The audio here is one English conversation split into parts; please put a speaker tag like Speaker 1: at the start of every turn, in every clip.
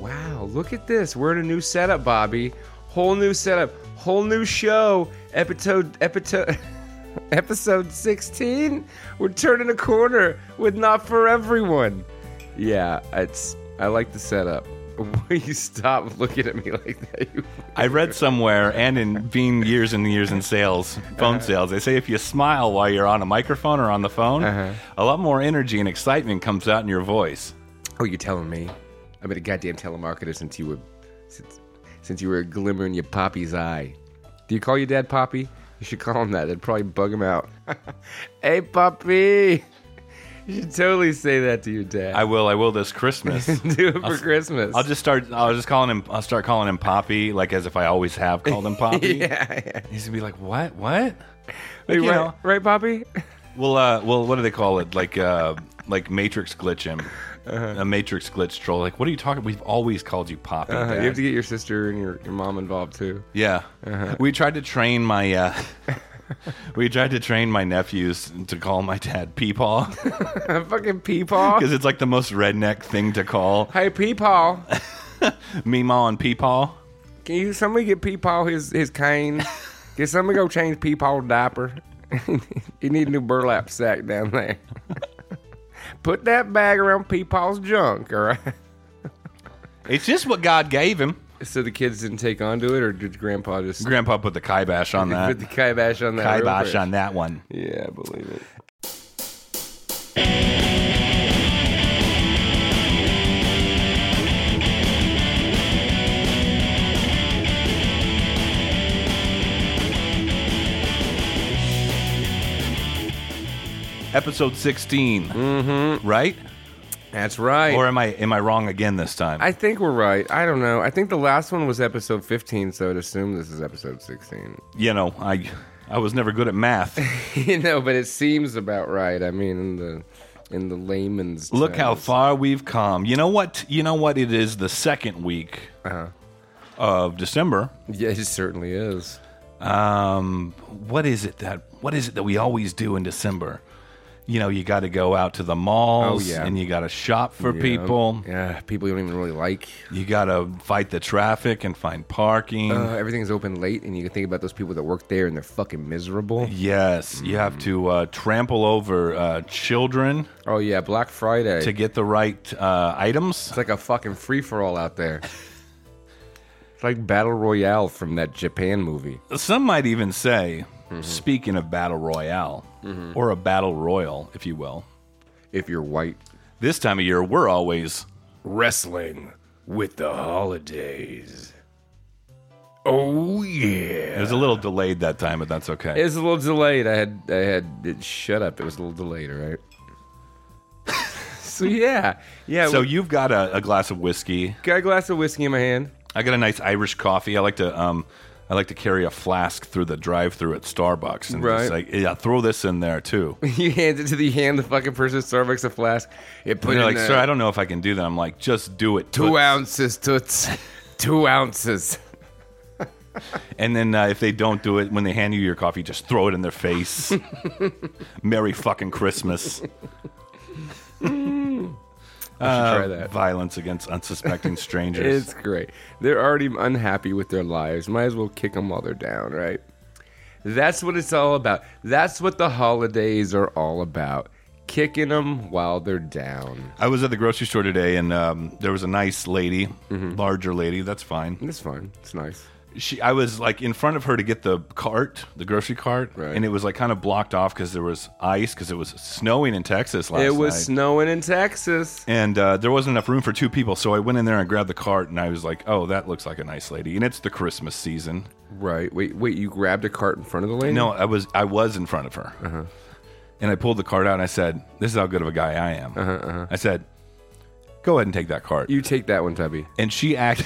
Speaker 1: Wow, look at this. We're in a new setup, Bobby. Whole new setup, whole new show. Episode episode episode 16. We're turning a corner with not for everyone. Yeah, it's I like the setup. Will you stop looking at me like that? You-
Speaker 2: I read somewhere, and in being years and years in sales,
Speaker 1: Uh-huh.
Speaker 2: phone sales, they say if you smile while you're on a microphone or on the phone,
Speaker 1: Uh-huh.
Speaker 2: a lot more energy and excitement comes out in your voice.
Speaker 1: Oh, you're telling me? I've been a goddamn telemarketer since you were since, since you were a glimmer in your poppy's eye. Do you call your dad Poppy? You should call him that. That'd probably bug him out. hey, Poppy! You should totally say that to your dad.
Speaker 2: I will, I will this Christmas.
Speaker 1: do it for Christmas.
Speaker 2: I'll just start. I'll just calling him. I'll start calling him Poppy, like as if I always have called him Poppy.
Speaker 1: yeah, yeah.
Speaker 2: He's gonna be like, "What? What?" Like,
Speaker 1: Hey,
Speaker 2: you
Speaker 1: right,
Speaker 2: know,
Speaker 1: right, Poppy?
Speaker 2: Well, uh, well, what do they call it? Like, uh, like Matrix glitch him,
Speaker 1: Uh-huh.
Speaker 2: a Matrix glitch troll. Like, what are you talking? We've always called you Poppy.
Speaker 1: Uh,
Speaker 2: Dad.
Speaker 1: you have to get your sister and your, your mom involved too.
Speaker 2: yeah,
Speaker 1: Uh-huh.
Speaker 2: we tried to train my. Uh, we tried to train my nephews to call my dad Peepaw
Speaker 1: Fucking Peepaw.
Speaker 2: because it's like the most redneck thing to call
Speaker 1: Hey, Peepaw.
Speaker 2: Meemaw and Peepaw.
Speaker 1: Can you somebody get Peepaw his his cane? Can somebody go change Peepaw's diaper? you need a new burlap sack down there. Put that bag around Peepaw's junk, all right?
Speaker 2: It's just what God gave him.
Speaker 1: So the kids didn't take onto it, or did Grandpa just
Speaker 2: Grandpa put the kibosh on that.
Speaker 1: put the kibosh on that? real
Speaker 2: kibosh
Speaker 1: quick?
Speaker 2: on that one.
Speaker 1: Yeah, I believe it.
Speaker 2: Episode 16 mm-hmm. right?
Speaker 1: That's right.
Speaker 2: Or am I am I wrong again this time?
Speaker 1: I think we're right. I don't know. I think the last one was episode 15, so I'd assume this is episode 16.
Speaker 2: you know, I I was never good at math.
Speaker 1: you know, but it seems about right. I mean, in the in the layman's
Speaker 2: Look how
Speaker 1: terms.
Speaker 2: far we've come. You know what? You know what? It is the second week
Speaker 1: Uh-huh.
Speaker 2: of December.
Speaker 1: Yeah, it certainly is.
Speaker 2: Um, what is it that What is it that we always do in December? You know, you got to go out to the malls,
Speaker 1: Oh, yeah.
Speaker 2: and you got to shop for
Speaker 1: Yeah.
Speaker 2: people.
Speaker 1: Yeah, people you don't even really like.
Speaker 2: You got to fight the traffic and find parking.
Speaker 1: Uh, everything's open late, and you can think about those people that work there and they're fucking miserable.
Speaker 2: yes, you
Speaker 1: mm-hmm.
Speaker 2: have to uh, trample over uh, children
Speaker 1: Oh, yeah, Black Friday.
Speaker 2: to get the right uh, items.
Speaker 1: it's like a fucking free for all out there. it's like Battle Royale from that Japan movie.
Speaker 2: Some might even say,
Speaker 1: Mm-hmm.
Speaker 2: speaking of battle royale, or a battle royal, if you will,
Speaker 1: If you're white,
Speaker 2: this time of year we're always
Speaker 1: wrestling with the holidays. Oh, yeah.
Speaker 2: it was a little delayed that time, but that's okay.
Speaker 1: It was a little delayed. I had I had it shut up. It was a little delayed, all right? so yeah. Yeah.
Speaker 2: so
Speaker 1: So
Speaker 2: you've got a, a glass of whiskey.
Speaker 1: got a glass of whiskey in my hand.
Speaker 2: I got a nice Irish coffee. I like to um, I like to carry a flask through the drive-through at Starbucks and
Speaker 1: Right.
Speaker 2: just like yeah, throw this in there too. And
Speaker 1: you hand it to the hand the fucking person at Starbucks a flask. It put
Speaker 2: they're
Speaker 1: in
Speaker 2: like,
Speaker 1: a-
Speaker 2: sir, I don't know if I can do that. I'm like, just do it.
Speaker 1: two
Speaker 2: toots."
Speaker 1: ounces, toots. two ounces.
Speaker 2: And then uh, if they don't do it, when they hand you your coffee, just throw it in their face. Merry fucking Christmas.
Speaker 1: I should try
Speaker 2: Uh,
Speaker 1: that.
Speaker 2: Violence against unsuspecting strangers.
Speaker 1: It's great. They're already unhappy with their lives. Might as well kick them while they're down, right? That's what it's all about. That's what the holidays are all about. Kicking them while they're down.
Speaker 2: I was at the grocery store today, and um, there was a nice lady,
Speaker 1: Mm-hmm.
Speaker 2: larger lady. That's fine.
Speaker 1: It's fine. It's nice.
Speaker 2: She, I was like in front of her to get the cart, the grocery cart,
Speaker 1: Right.
Speaker 2: and it was like kind of blocked off because there was ice because it was snowing in Texas last
Speaker 1: It was
Speaker 2: night.
Speaker 1: snowing in Texas.
Speaker 2: and uh, there wasn't enough room for two people, so I went in there and grabbed the cart, and I was like, "Oh, that looks like a nice lady." And it's the Christmas season.
Speaker 1: Right. Wait, wait, you grabbed a cart in front of the lady?
Speaker 2: No, I was I was in front of her,
Speaker 1: Uh-huh.
Speaker 2: and I pulled the cart out, and I said, "This is how good of a guy I am." I said, "Go ahead and take that cart."
Speaker 1: Uh-huh, You take that one, Tubby.
Speaker 2: and she act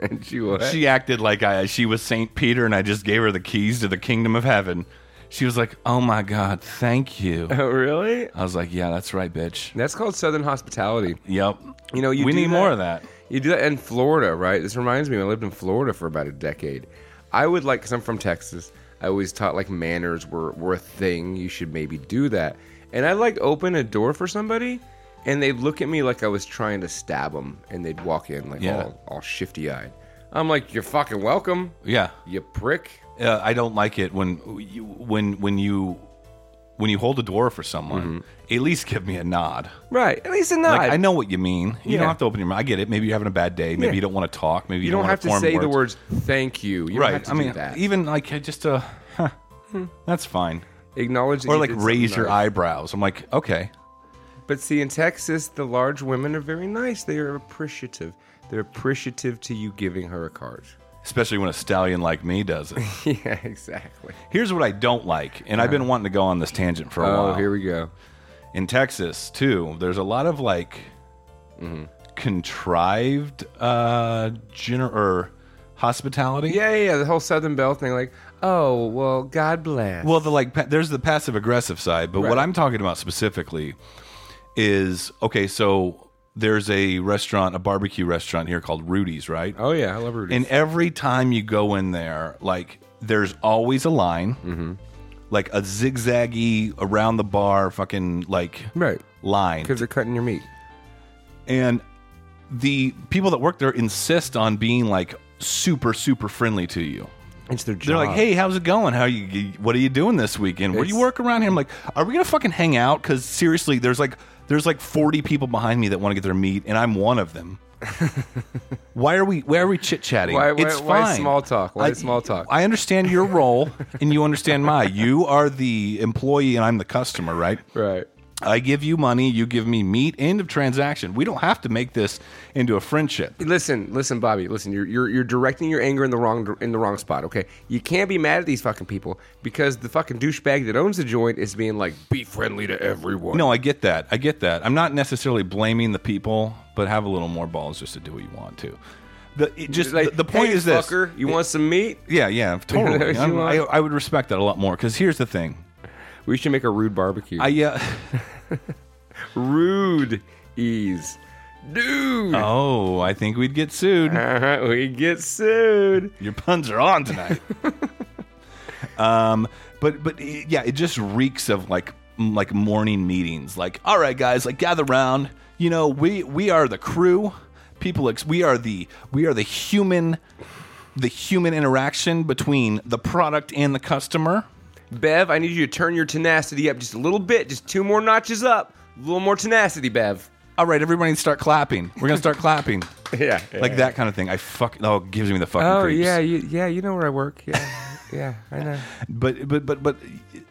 Speaker 1: And she will.
Speaker 2: she acted like I she was Saint Peter, and I just gave her the keys to the kingdom of heaven. She was like, "Oh my God, thank you."
Speaker 1: oh, really?
Speaker 2: I was like, "Yeah, that's right, bitch."
Speaker 1: That's called Southern hospitality.
Speaker 2: Yep.
Speaker 1: You know, you
Speaker 2: we
Speaker 1: do
Speaker 2: need
Speaker 1: that-
Speaker 2: more of that.
Speaker 1: You do that in Florida, right? This reminds me, when I lived in Florida for about a decade. I would like, because I'm from Texas, I always taught like manners were, were a thing. You should maybe do that. And I like open a door for somebody and they'd look at me like I was trying to stab them, and they'd walk in like
Speaker 2: Yeah.
Speaker 1: all, all shifty eyed. I'm like, you're fucking welcome,
Speaker 2: Yeah.
Speaker 1: you prick.
Speaker 2: uh, I don't like it when you, when when you when you hold a door for someone.
Speaker 1: Mm-hmm.
Speaker 2: At least give me a nod.
Speaker 1: Right. At least a nod.
Speaker 2: Like I know what you mean. You
Speaker 1: Yeah.
Speaker 2: don't have to open your mouth. I get it. Maybe you're having a bad day. Maybe
Speaker 1: Yeah.
Speaker 2: you don't want to talk. Maybe you,
Speaker 1: you don't
Speaker 2: want
Speaker 1: have to
Speaker 2: form
Speaker 1: say the
Speaker 2: words.
Speaker 1: words thank you. You
Speaker 2: Right.
Speaker 1: don't have to
Speaker 2: I mean,
Speaker 1: do that.
Speaker 2: even like uh, just a. Huh, that's fine.
Speaker 1: Acknowledge that
Speaker 2: Or
Speaker 1: you
Speaker 2: like
Speaker 1: did
Speaker 2: raise
Speaker 1: something
Speaker 2: your
Speaker 1: nice.
Speaker 2: eyebrows. I'm like, okay,
Speaker 1: But see, in Texas, the large women are very nice. They are appreciative. They're appreciative to you giving her a card.
Speaker 2: especially when a stallion like me does it.
Speaker 1: yeah, exactly.
Speaker 2: Here's what I don't like, and I've been wanting to go on this tangent for a
Speaker 1: Oh,
Speaker 2: while.
Speaker 1: here we go.
Speaker 2: in Texas too, there's a lot of like
Speaker 1: Mm-hmm.
Speaker 2: contrived uh gener- or hospitality.
Speaker 1: Yeah, yeah, yeah. The whole Southern Belle thing, like, oh, well, God bless.
Speaker 2: Well, the like pa- there's the passive aggressive side, but what
Speaker 1: Right.
Speaker 2: I'm talking about specifically is okay, so there's a restaurant, a barbecue restaurant here called Rudy's, right?
Speaker 1: oh yeah, I love Rudy's.
Speaker 2: And every time you go in there, like there's always a line. Like a zigzaggy around the bar fucking like
Speaker 1: right,
Speaker 2: line.
Speaker 1: because they're cutting your meat.
Speaker 2: and the people that work there insist on being like super super friendly to you
Speaker 1: It's their job.
Speaker 2: they're like hey how's it going how you what are you doing this weekend where do you
Speaker 1: It's-
Speaker 2: work around here i'm like are we gonna fucking hang out because seriously there's like there's like 40 people behind me that want to get their meat and i'm one of them why are we why are we chit-chatting
Speaker 1: Why- why-
Speaker 2: it's
Speaker 1: why
Speaker 2: fine
Speaker 1: small talk? Why
Speaker 2: I-
Speaker 1: small talk?
Speaker 2: i understand your role and you understand my you are the employee and i'm the customer right
Speaker 1: right,
Speaker 2: I give you money, you give me meat. End of transaction. We don't have to make this into a friendship.
Speaker 1: listen, listen, Bobby, listen. You're, you're you're directing your anger in the wrong in the wrong spot. Okay, you can't be mad at these fucking people because the fucking douchebag that owns the joint is being like, be friendly to everyone.
Speaker 2: No, I get that. I get that. I'm not necessarily blaming the people, but have a little more balls just to do what you want to. The it just
Speaker 1: like
Speaker 2: the, the point
Speaker 1: "Hey,
Speaker 2: is this.
Speaker 1: fucker, you want some meat?
Speaker 2: Yeah, yeah, totally.
Speaker 1: You
Speaker 2: I'm- I,
Speaker 1: want-
Speaker 2: I would respect that a lot more because here's the thing.
Speaker 1: We should make a rude barbecue.
Speaker 2: I uh,
Speaker 1: rude ease, dude.
Speaker 2: oh, I think we'd get sued.
Speaker 1: Uh-huh, we get sued.
Speaker 2: Your puns are on tonight. um, but but it- yeah, it just reeks of like m- like morning meetings. Like, all right, guys, like gather round. You know, we we are the crew. People, ex- we are the we are the human, the human interaction between the product and the customer.
Speaker 1: Bev, I need you to turn your tenacity up just a little bit, just two more notches up. A little more tenacity, Bev.
Speaker 2: All right, everybody, start clapping. We're gonna start clapping,
Speaker 1: Yeah.
Speaker 2: like that kind of thing. I fuck. Oh, it gives me the fucking.
Speaker 1: Oh
Speaker 2: creeps.
Speaker 1: yeah, you, yeah, you know where I work. Yeah, yeah, I know.
Speaker 2: But but but but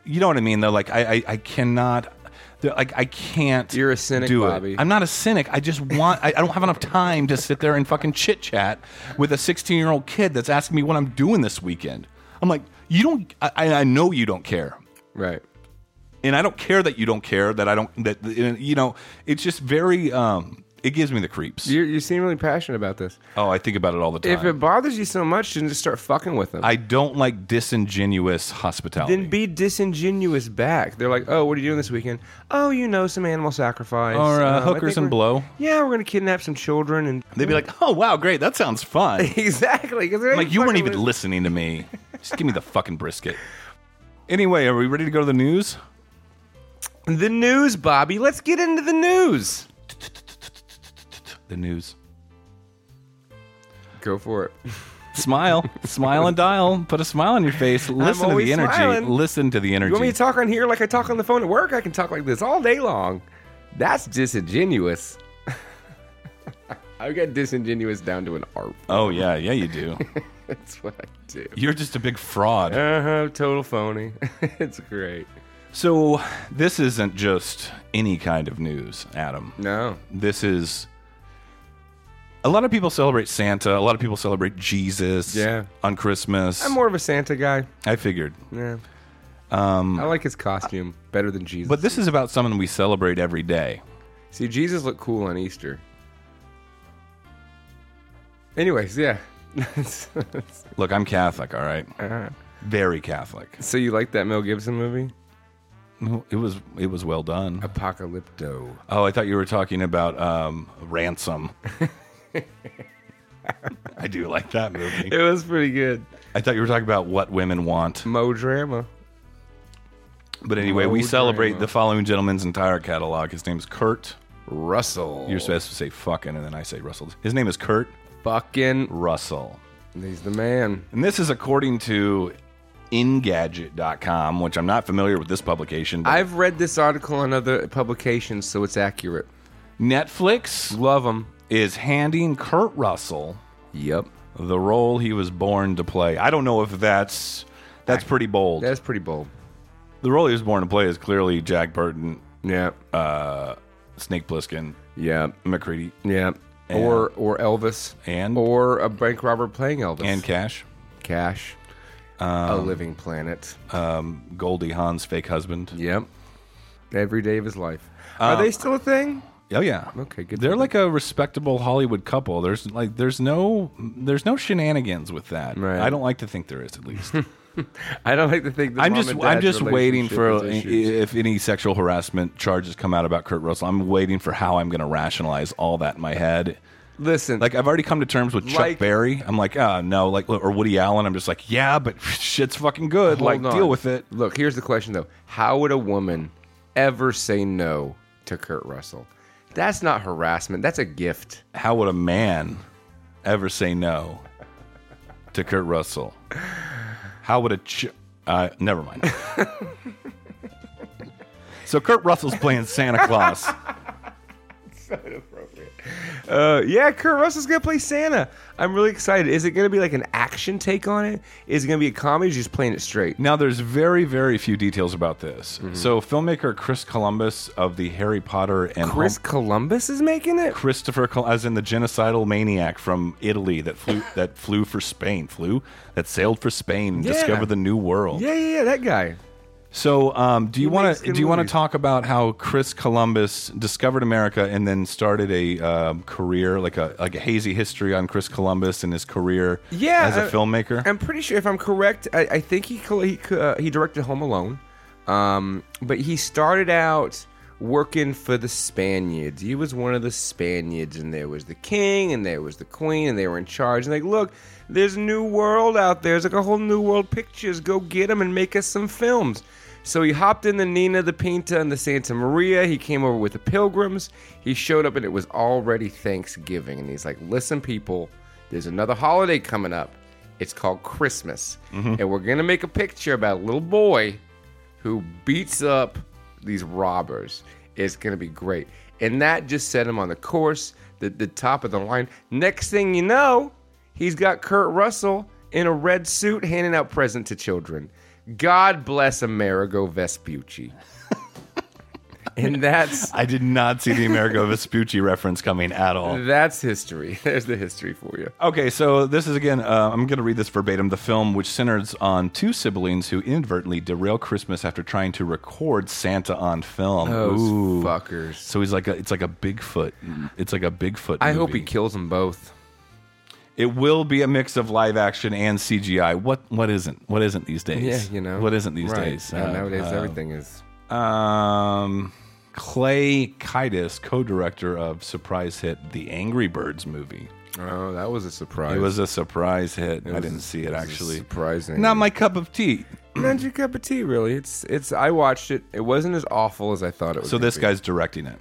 Speaker 2: you know what I mean though. Like I I, I cannot. they're- Like I can't.
Speaker 1: You're a cynic,
Speaker 2: do it.
Speaker 1: Bobby.
Speaker 2: I'm not a cynic. I just want. I, I don't have enough time to sit there and fucking chit chat with a 16 year old kid that's asking me what I'm doing this weekend. I'm like, you don't. I, I I know you don't care,
Speaker 1: Right.
Speaker 2: and I don't care that you don't care that I don't that you know. It's just very. um It gives me the creeps.
Speaker 1: You you seem really passionate about this.
Speaker 2: oh, I think about it all the
Speaker 1: If
Speaker 2: time.
Speaker 1: it bothers you so much, then just start fucking with them.
Speaker 2: I don't like disingenuous hospitality.
Speaker 1: then be disingenuous back. They're like, "Oh, what are you doing this weekend? Oh, you know, some animal sacrifice
Speaker 2: Or, uh,
Speaker 1: Um, I
Speaker 2: hookers
Speaker 1: think
Speaker 2: and
Speaker 1: we're-
Speaker 2: blow.
Speaker 1: Yeah, we're gonna kidnap some children and
Speaker 2: They'd be like, "Oh wow, great! That sounds fun."
Speaker 1: exactly because
Speaker 2: like you weren't even listening to me. Just give me the fucking brisket. Anyway, are we ready to go to the news?
Speaker 1: the news, Bobby. Let's get into the news.
Speaker 2: The news.
Speaker 1: Go for it.
Speaker 2: Smile, smile and dial. Put a smile on your face. Listen to
Speaker 1: always
Speaker 2: the energy.
Speaker 1: smiling.
Speaker 2: Listen to the energy.
Speaker 1: You want me to talk on here like I talk on the phone at work? I can talk like this all day long. That's disingenuous. I've got disingenuous down to an art.
Speaker 2: oh yeah, yeah you do.
Speaker 1: That's what I do.
Speaker 2: You're just a big fraud.
Speaker 1: Uh huh. Total phony. it's great.
Speaker 2: So this isn't just any kind of news, Adam.
Speaker 1: No.
Speaker 2: This is a lot of people celebrate Santa. A lot of people celebrate Jesus.
Speaker 1: Yeah.
Speaker 2: On Christmas,
Speaker 1: I'm more of a Santa guy.
Speaker 2: I figured.
Speaker 1: Yeah. I like his costume better than Jesus.
Speaker 2: But this is about someone we celebrate every day.
Speaker 1: See, Jesus looked cool on Easter. Anyways, yeah.
Speaker 2: Look, I'm Catholic, all right? Very Catholic.
Speaker 1: so you like that Mel Gibson movie?
Speaker 2: It was it was well done.
Speaker 1: Apocalypto.
Speaker 2: Oh, I thought you were talking about um, ransom. I do like that movie.
Speaker 1: It was pretty good.
Speaker 2: I thought you were talking about what women want.
Speaker 1: Mo drama.
Speaker 2: But anyway, we
Speaker 1: Oh,
Speaker 2: celebrate
Speaker 1: drama.
Speaker 2: the following gentleman's entire catalog. His name's Kurt
Speaker 1: Russell.
Speaker 2: You're supposed to say fucking, and then I say Russell. His name is Kurt
Speaker 1: fucking.
Speaker 2: Russell.
Speaker 1: He's the man.
Speaker 2: And this is according to Engadget.com, which I'm not familiar with this publication. But
Speaker 1: I've read this article on other publications, so it's accurate.
Speaker 2: Netflix
Speaker 1: Love him.
Speaker 2: is handing Kurt Russell
Speaker 1: Yep.
Speaker 2: the role he was born to play. I don't know if that's that's pretty bold.
Speaker 1: That's pretty bold.
Speaker 2: The role he was born to play is clearly Jack Burton,
Speaker 1: Yeah.
Speaker 2: Snake Plissken,
Speaker 1: Uh, yeah.
Speaker 2: McCready,
Speaker 1: Yeah. Or or Elvis.
Speaker 2: And-
Speaker 1: or a bank robber playing Elvis.
Speaker 2: and Cash.
Speaker 1: Cash. a living planet.
Speaker 2: Goldie Hawn's fake husband.
Speaker 1: Yep. Every day of his life. Are they still a thing?
Speaker 2: Oh yeah.
Speaker 1: Uh, Okay, good
Speaker 2: They're
Speaker 1: for
Speaker 2: like a respectable Hollywood couple. There's like there's no there's no shenanigans with that.
Speaker 1: Right.
Speaker 2: I don't like to think there is at least.
Speaker 1: I don't like to think. That
Speaker 2: I'm
Speaker 1: mom
Speaker 2: just
Speaker 1: and
Speaker 2: I'm
Speaker 1: dad's
Speaker 2: just waiting for
Speaker 1: relationship is issues.
Speaker 2: if any sexual harassment charges come out about Kurt Russell. I'm waiting for how I'm going to rationalize all that in my head.
Speaker 1: Listen,
Speaker 2: Like I've already come to terms with Chuck
Speaker 1: Like-
Speaker 2: Berry. I'm like, oh no, like or Woody Allen. I'm just like, yeah, but shit's fucking good.
Speaker 1: hold
Speaker 2: like
Speaker 1: on.
Speaker 2: deal with it.
Speaker 1: Look, here's the question though: How would a woman ever say no to Kurt Russell? That's not harassment. That's a gift.
Speaker 2: How would a man ever say no to Kurt Russell? How would a ch- uh, never mind. so Kurt Russell's playing Santa Claus.
Speaker 1: Uh, yeah, Kurt Russell's gonna play Santa. I'm really excited. Is it gonna be like an action take on it? Is it gonna be a comedy? Or just playing it straight?
Speaker 2: Now, there's very, very few details about this.
Speaker 1: Mm-hmm.
Speaker 2: So, filmmaker Chris Columbus of the Harry Potter and
Speaker 1: Chris
Speaker 2: Home-
Speaker 1: Columbus is making it.
Speaker 2: Christopher, Col- as in the genocidal maniac from Italy that flew that flew for Spain, flew that sailed for Spain and
Speaker 1: Yeah.
Speaker 2: discovered the New World.
Speaker 1: Yeah, yeah, yeah. That guy.
Speaker 2: So, um, do you
Speaker 1: He
Speaker 2: want
Speaker 1: makes
Speaker 2: to
Speaker 1: good
Speaker 2: do you want to
Speaker 1: movies.
Speaker 2: talk about how Chris Columbus discovered America and then started a um, career like a like a hazy history on Chris Columbus and his career
Speaker 1: Yeah, uh,
Speaker 2: as a
Speaker 1: I-
Speaker 2: filmmaker?
Speaker 1: I'm pretty sure if I'm correct, I, I think he co- he, co- uh, he directed Home Alone, um, but he started out working for the Spaniards. He was one of the Spaniards, and there was the king, and there was the queen, and they were in charge. And like, look, there's a new world out there. There's like a whole new world pictures. Go get them and make us some films. So he hopped in the Nina, the Pinta, and the Santa Maria. He came over with the Pilgrims. He showed up, and it was already Thanksgiving. And he's like, "Listen, people, there's another holiday coming up. It's called Christmas. And we're going to make a picture about a little boy who beats up these robbers. It's going to be great. And that just set him on the course, the, the top of the line. Next thing you know, he's got Kurt Russell in a red suit handing out present to children. God bless Amerigo Vespucci. and that's
Speaker 2: I did not see the Amerigo Vespucci reference coming at all.
Speaker 1: that's history. There's the history for you.
Speaker 2: Okay, so this is again, uh, I'm going to read this verbatim. The film, which centers on two siblings who inadvertently derail Christmas after trying to record Santa on film.
Speaker 1: Those
Speaker 2: Ooh.
Speaker 1: fuckers.
Speaker 2: So he's like a, it's like a Bigfoot. It's like a Bigfoot.
Speaker 1: Mm-hmm. I hope he
Speaker 2: movie.
Speaker 1: kills them both.
Speaker 2: It will be a mix of live action and CGI. What what isn't? What isn't these days?
Speaker 1: Yeah, you know.
Speaker 2: What isn't these
Speaker 1: Right.
Speaker 2: days?
Speaker 1: Yeah,
Speaker 2: Uh,
Speaker 1: nowadays,
Speaker 2: uh,
Speaker 1: everything is.
Speaker 2: Um, Clay Kiedis, co-director of surprise hit The Angry Birds movie.
Speaker 1: Oh, that was a surprise.
Speaker 2: It was a surprise hit. I
Speaker 1: was-
Speaker 2: didn't see it
Speaker 1: was
Speaker 2: actually.
Speaker 1: surprising.
Speaker 2: Not my cup of tea.
Speaker 1: not your cup of tea, really. It's it's. I watched it. It wasn't as awful as I thought it was.
Speaker 2: So
Speaker 1: gonna
Speaker 2: this
Speaker 1: be.
Speaker 2: guy's directing it.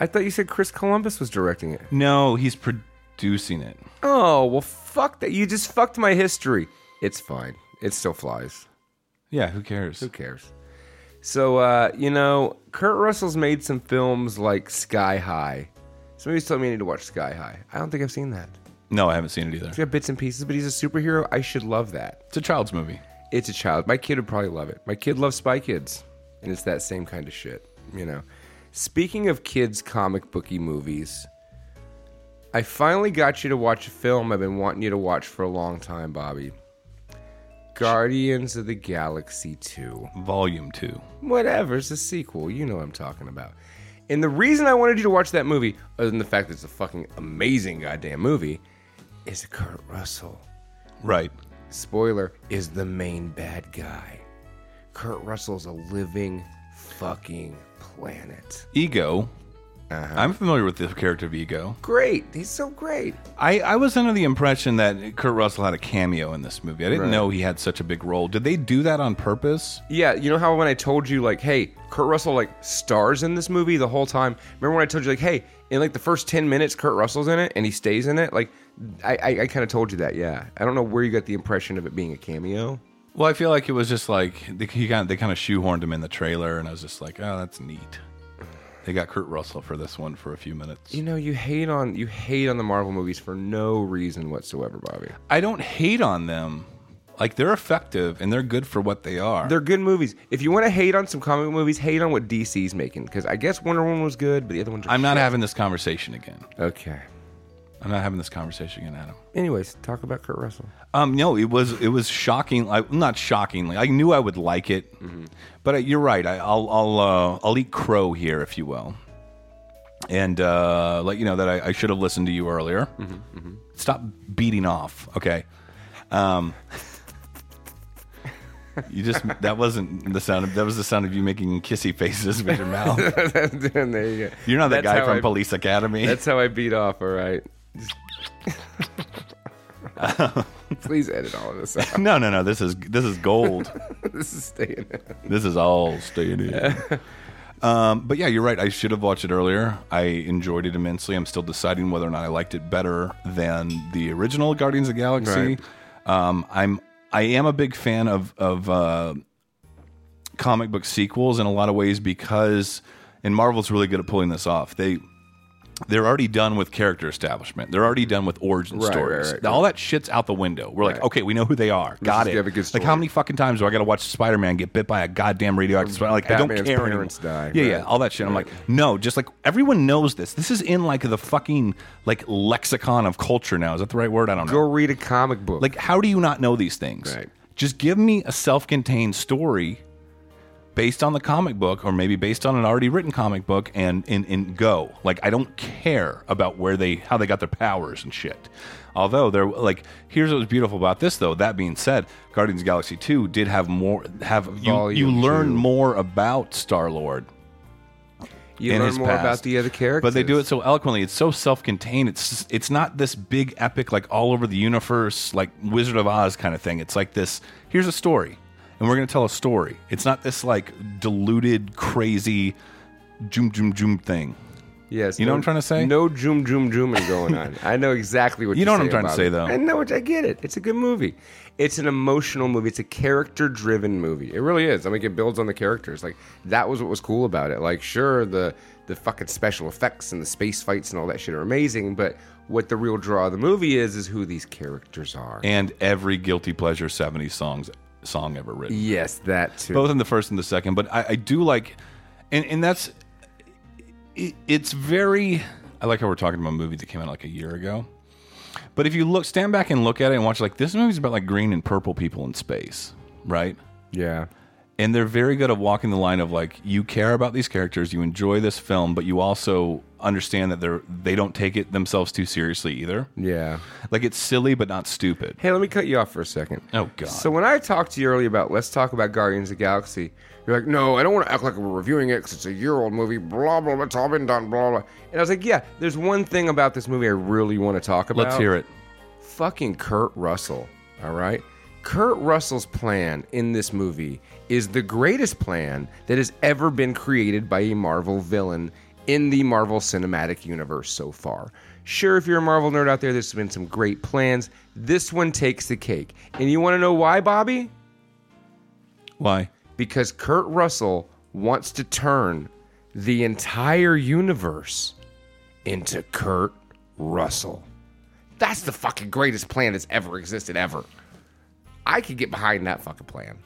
Speaker 1: I thought you said Chris Columbus was directing it.
Speaker 2: No, he's producing it.
Speaker 1: Oh well, fuck that. You just fucked my history. It's fine. It still flies.
Speaker 2: Yeah, who cares?
Speaker 1: Who cares? So uh, you know, Kurt Russell's made some films like Sky High. Somebody's told me I need to watch Sky High. I don't think I've seen that.
Speaker 2: No, I haven't seen it either.
Speaker 1: I've got bits and pieces, but he's a superhero. I should love that.
Speaker 2: It's a child's movie.
Speaker 1: it's a child. My kid would probably love it. My kid loves Spy Kids, and it's that same kind of shit, you know. Speaking of kids' comic booky movies, I finally got you to watch a film I've been wanting you to watch for a long time, Bobby. Guardians of the Galaxy 2.
Speaker 2: Volume two.
Speaker 1: Whatever, it's a sequel. You know what I'm talking about. And the reason I wanted you to watch that movie, other than the fact that it's a fucking amazing goddamn movie, is Kurt Russell
Speaker 2: Right.
Speaker 1: spoiler, is the main bad guy. Kurt Russell's a living fucking planet.
Speaker 2: Ego I'm familiar with the character of Ego.
Speaker 1: Great. He's so great.
Speaker 2: I, I was under the impression that Kurt Russell had a cameo in this movie. I didn't
Speaker 1: Right.
Speaker 2: know he had such a big role. Did they do that on purpose?
Speaker 1: Yeah, you know how when I told you like, hey, Kurt Russell like stars in this movie the whole time. Remember when I told you like, hey, in like the first ten minutes, Kurt Russell's in it and he stays in it. Like, I I, I kind of told you that. Yeah, I don't know where you got the impression of it being a cameo.
Speaker 2: Well, I feel like it was just like they, he kind of, they kind of shoehorned him in the trailer, and I was just like, oh, that's neat. They got Kurt Russell for this one for a few minutes.
Speaker 1: You know, you hate on you hate on the Marvel movies for no reason whatsoever, Bobby.
Speaker 2: I don't hate on them. Like they're effective and they're good for what they are.
Speaker 1: They're good movies. If you want to hate on some comic movies, hate on what DC's making because I guess Wonder Woman was good, but the other ones. Are
Speaker 2: I'm not having this conversation again.
Speaker 1: okay.
Speaker 2: I'm not having this conversation again, Adam.
Speaker 1: Anyways, talk about Kurt Russell.
Speaker 2: Um, no, it was it was shocking. I, not shockingly, I knew I would like it,
Speaker 1: Mm-hmm.
Speaker 2: but uh, you're right. I, I'll I'll uh, I'll eat crow here, if you will, and uh, let you know that I, I should have listened to you earlier.
Speaker 1: Mm-hmm,
Speaker 2: Stop beating off, okay? Um, you just that wasn't the sound. Of, that was the sound of you making kissy faces with your mouth.
Speaker 1: And there you go.
Speaker 2: You're not that
Speaker 1: That's
Speaker 2: guy
Speaker 1: how
Speaker 2: from
Speaker 1: I-
Speaker 2: Police Academy.
Speaker 1: That's how I beat off. All right. Please edit all of this out.
Speaker 2: no, no, no. This is this is gold.
Speaker 1: This is staying. in.
Speaker 2: This is all staying in. um, but yeah, you're right. I should have watched it earlier. I enjoyed it immensely. I'm still deciding whether or not I liked it better than the original Guardians of the Galaxy. Um, I'm I am a big fan of of uh, comic book sequels in a lot of ways because and Marvel's really good at pulling this off. They they're already done with character establishment. They're already done with origin
Speaker 1: Right,
Speaker 2: stories.
Speaker 1: right, right.
Speaker 2: All that shit's out the window. We're like,
Speaker 1: Right.
Speaker 2: okay, we know who they are. Got
Speaker 1: just
Speaker 2: it.
Speaker 1: have a good
Speaker 2: like
Speaker 1: story.
Speaker 2: how many fucking times do I got to watch Spider Man get bit by a goddamn radioactive spider? Like I don't
Speaker 1: Batman's
Speaker 2: care
Speaker 1: parents
Speaker 2: anymore.
Speaker 1: die,
Speaker 2: yeah,
Speaker 1: right.
Speaker 2: yeah, all that shit. I'm like, no, just like everyone knows this. This is in like the fucking like lexicon of culture now. Is that the right word? I don't know.
Speaker 1: Go read a comic book.
Speaker 2: Like, how do you not know these things?
Speaker 1: Right.
Speaker 2: Just give me a self contained story based on the comic book or maybe based on an already written comic book and, and and go. Like I don't care about where they how they got their powers and shit. Although they're like here's what was beautiful about this though. That being said, Guardians of the Galaxy 2 did have more have you, you
Speaker 1: Volume
Speaker 2: learn
Speaker 1: two.
Speaker 2: more about Star-Lord
Speaker 1: you
Speaker 2: in
Speaker 1: learn
Speaker 2: his
Speaker 1: more
Speaker 2: past.
Speaker 1: about the other characters.
Speaker 2: but they do it so eloquently. It's so self-contained. It's just- it's not this big epic like all over the universe like Wizard of Oz kind of thing. It's like this. Here's a story, and we're gonna tell a story. It's not this like diluted crazy, joom joom joom thing.
Speaker 1: Yes.
Speaker 2: You know
Speaker 1: no-
Speaker 2: what I'm trying to say?
Speaker 1: No joom joom jooming going on. I know exactly what
Speaker 2: You
Speaker 1: you
Speaker 2: know what I'm trying to say, though.
Speaker 1: I know. What, I get it. It's a good movie. It's an emotional movie. It's a character-driven movie. It really is. I mean, it builds on the characters. Like that was what was cool about it. Like, sure, the the fucking special effects and the space fights and all that shit are amazing, but what the real draw of the movie is is who these characters are.
Speaker 2: And every guilty pleasure '70s songs song ever written.
Speaker 1: yes, that too.
Speaker 2: both in the first and the second. But I, I do like, and and that's it, it's very. I like how we're talking about a movie that came out like a year ago. But if you look, stand back and look at it and watch, like this movie's about like green and purple people in space, right?
Speaker 1: yeah.
Speaker 2: And they're very good at walking the line of like you care about these characters, you enjoy this film, but you also understand that they're they don't take it themselves too seriously either.
Speaker 1: Yeah.
Speaker 2: Like it's silly but not stupid.
Speaker 1: Hey, let me cut you off for a second.
Speaker 2: Oh god.
Speaker 1: So when I talked to you earlier about let's talk about Guardians of the Galaxy, you're like, no, I don't want to act like we're reviewing it because it's a year old movie. Blah blah blah. It's all been done. Blah blah. And I was like, yeah, there's one thing about this movie I really want to talk about.
Speaker 2: Let's hear it.
Speaker 1: Fucking Kurt Russell. All right. Kurt Russell's plan in this movie is the greatest plan that has ever been created by a Marvel villain in the Marvel Cinematic Universe so far. Sure, if you're a Marvel nerd out there, there's been some great plans. This one takes the cake. And you want to know why, Bobby?
Speaker 2: Why?
Speaker 1: because Kurt Russell wants to turn the entire universe into Kurt Russell. That's the fucking greatest plan that's ever existed, ever. I could get behind that fucking plan.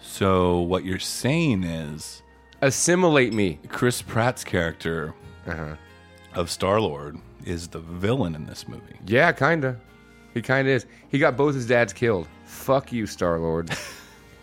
Speaker 2: So what you're saying is
Speaker 1: Assimilate me.
Speaker 2: Chris Pratt's character
Speaker 1: Uh-huh.
Speaker 2: of Star Lord is the villain in this movie.
Speaker 1: Yeah, kinda. He kinda is. He got both his dads killed. Fuck you, Star Lord.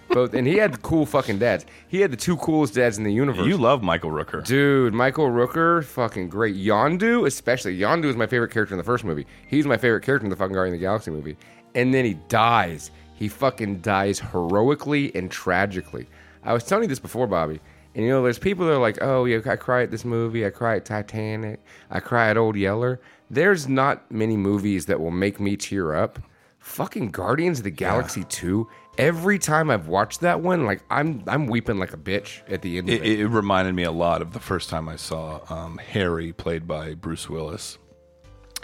Speaker 1: both, and he had cool fucking dads. He had the two coolest dads in the universe.
Speaker 2: You love Michael Rooker.
Speaker 1: Dude, Michael Rooker, fucking great. Yondu, especially. Yondu is my favorite character in the first movie. He's my favorite character in the fucking Guardian of the Galaxy movie. And then he dies. He fucking dies heroically and tragically. I was telling you this before, Bobby, And you know, there's people that are like, "Oh, yeah, I cry at this movie. I cry at Titanic. I cry at Old Yeller." There's not many movies that will make me tear up. Fucking Guardians of the Galaxy 2. Every time I've watched that one, like I'm I'm weeping like a bitch at the end of
Speaker 2: It,
Speaker 1: it.
Speaker 2: it it reminded me a lot of the first time I saw um, Harry, played by Bruce Willis,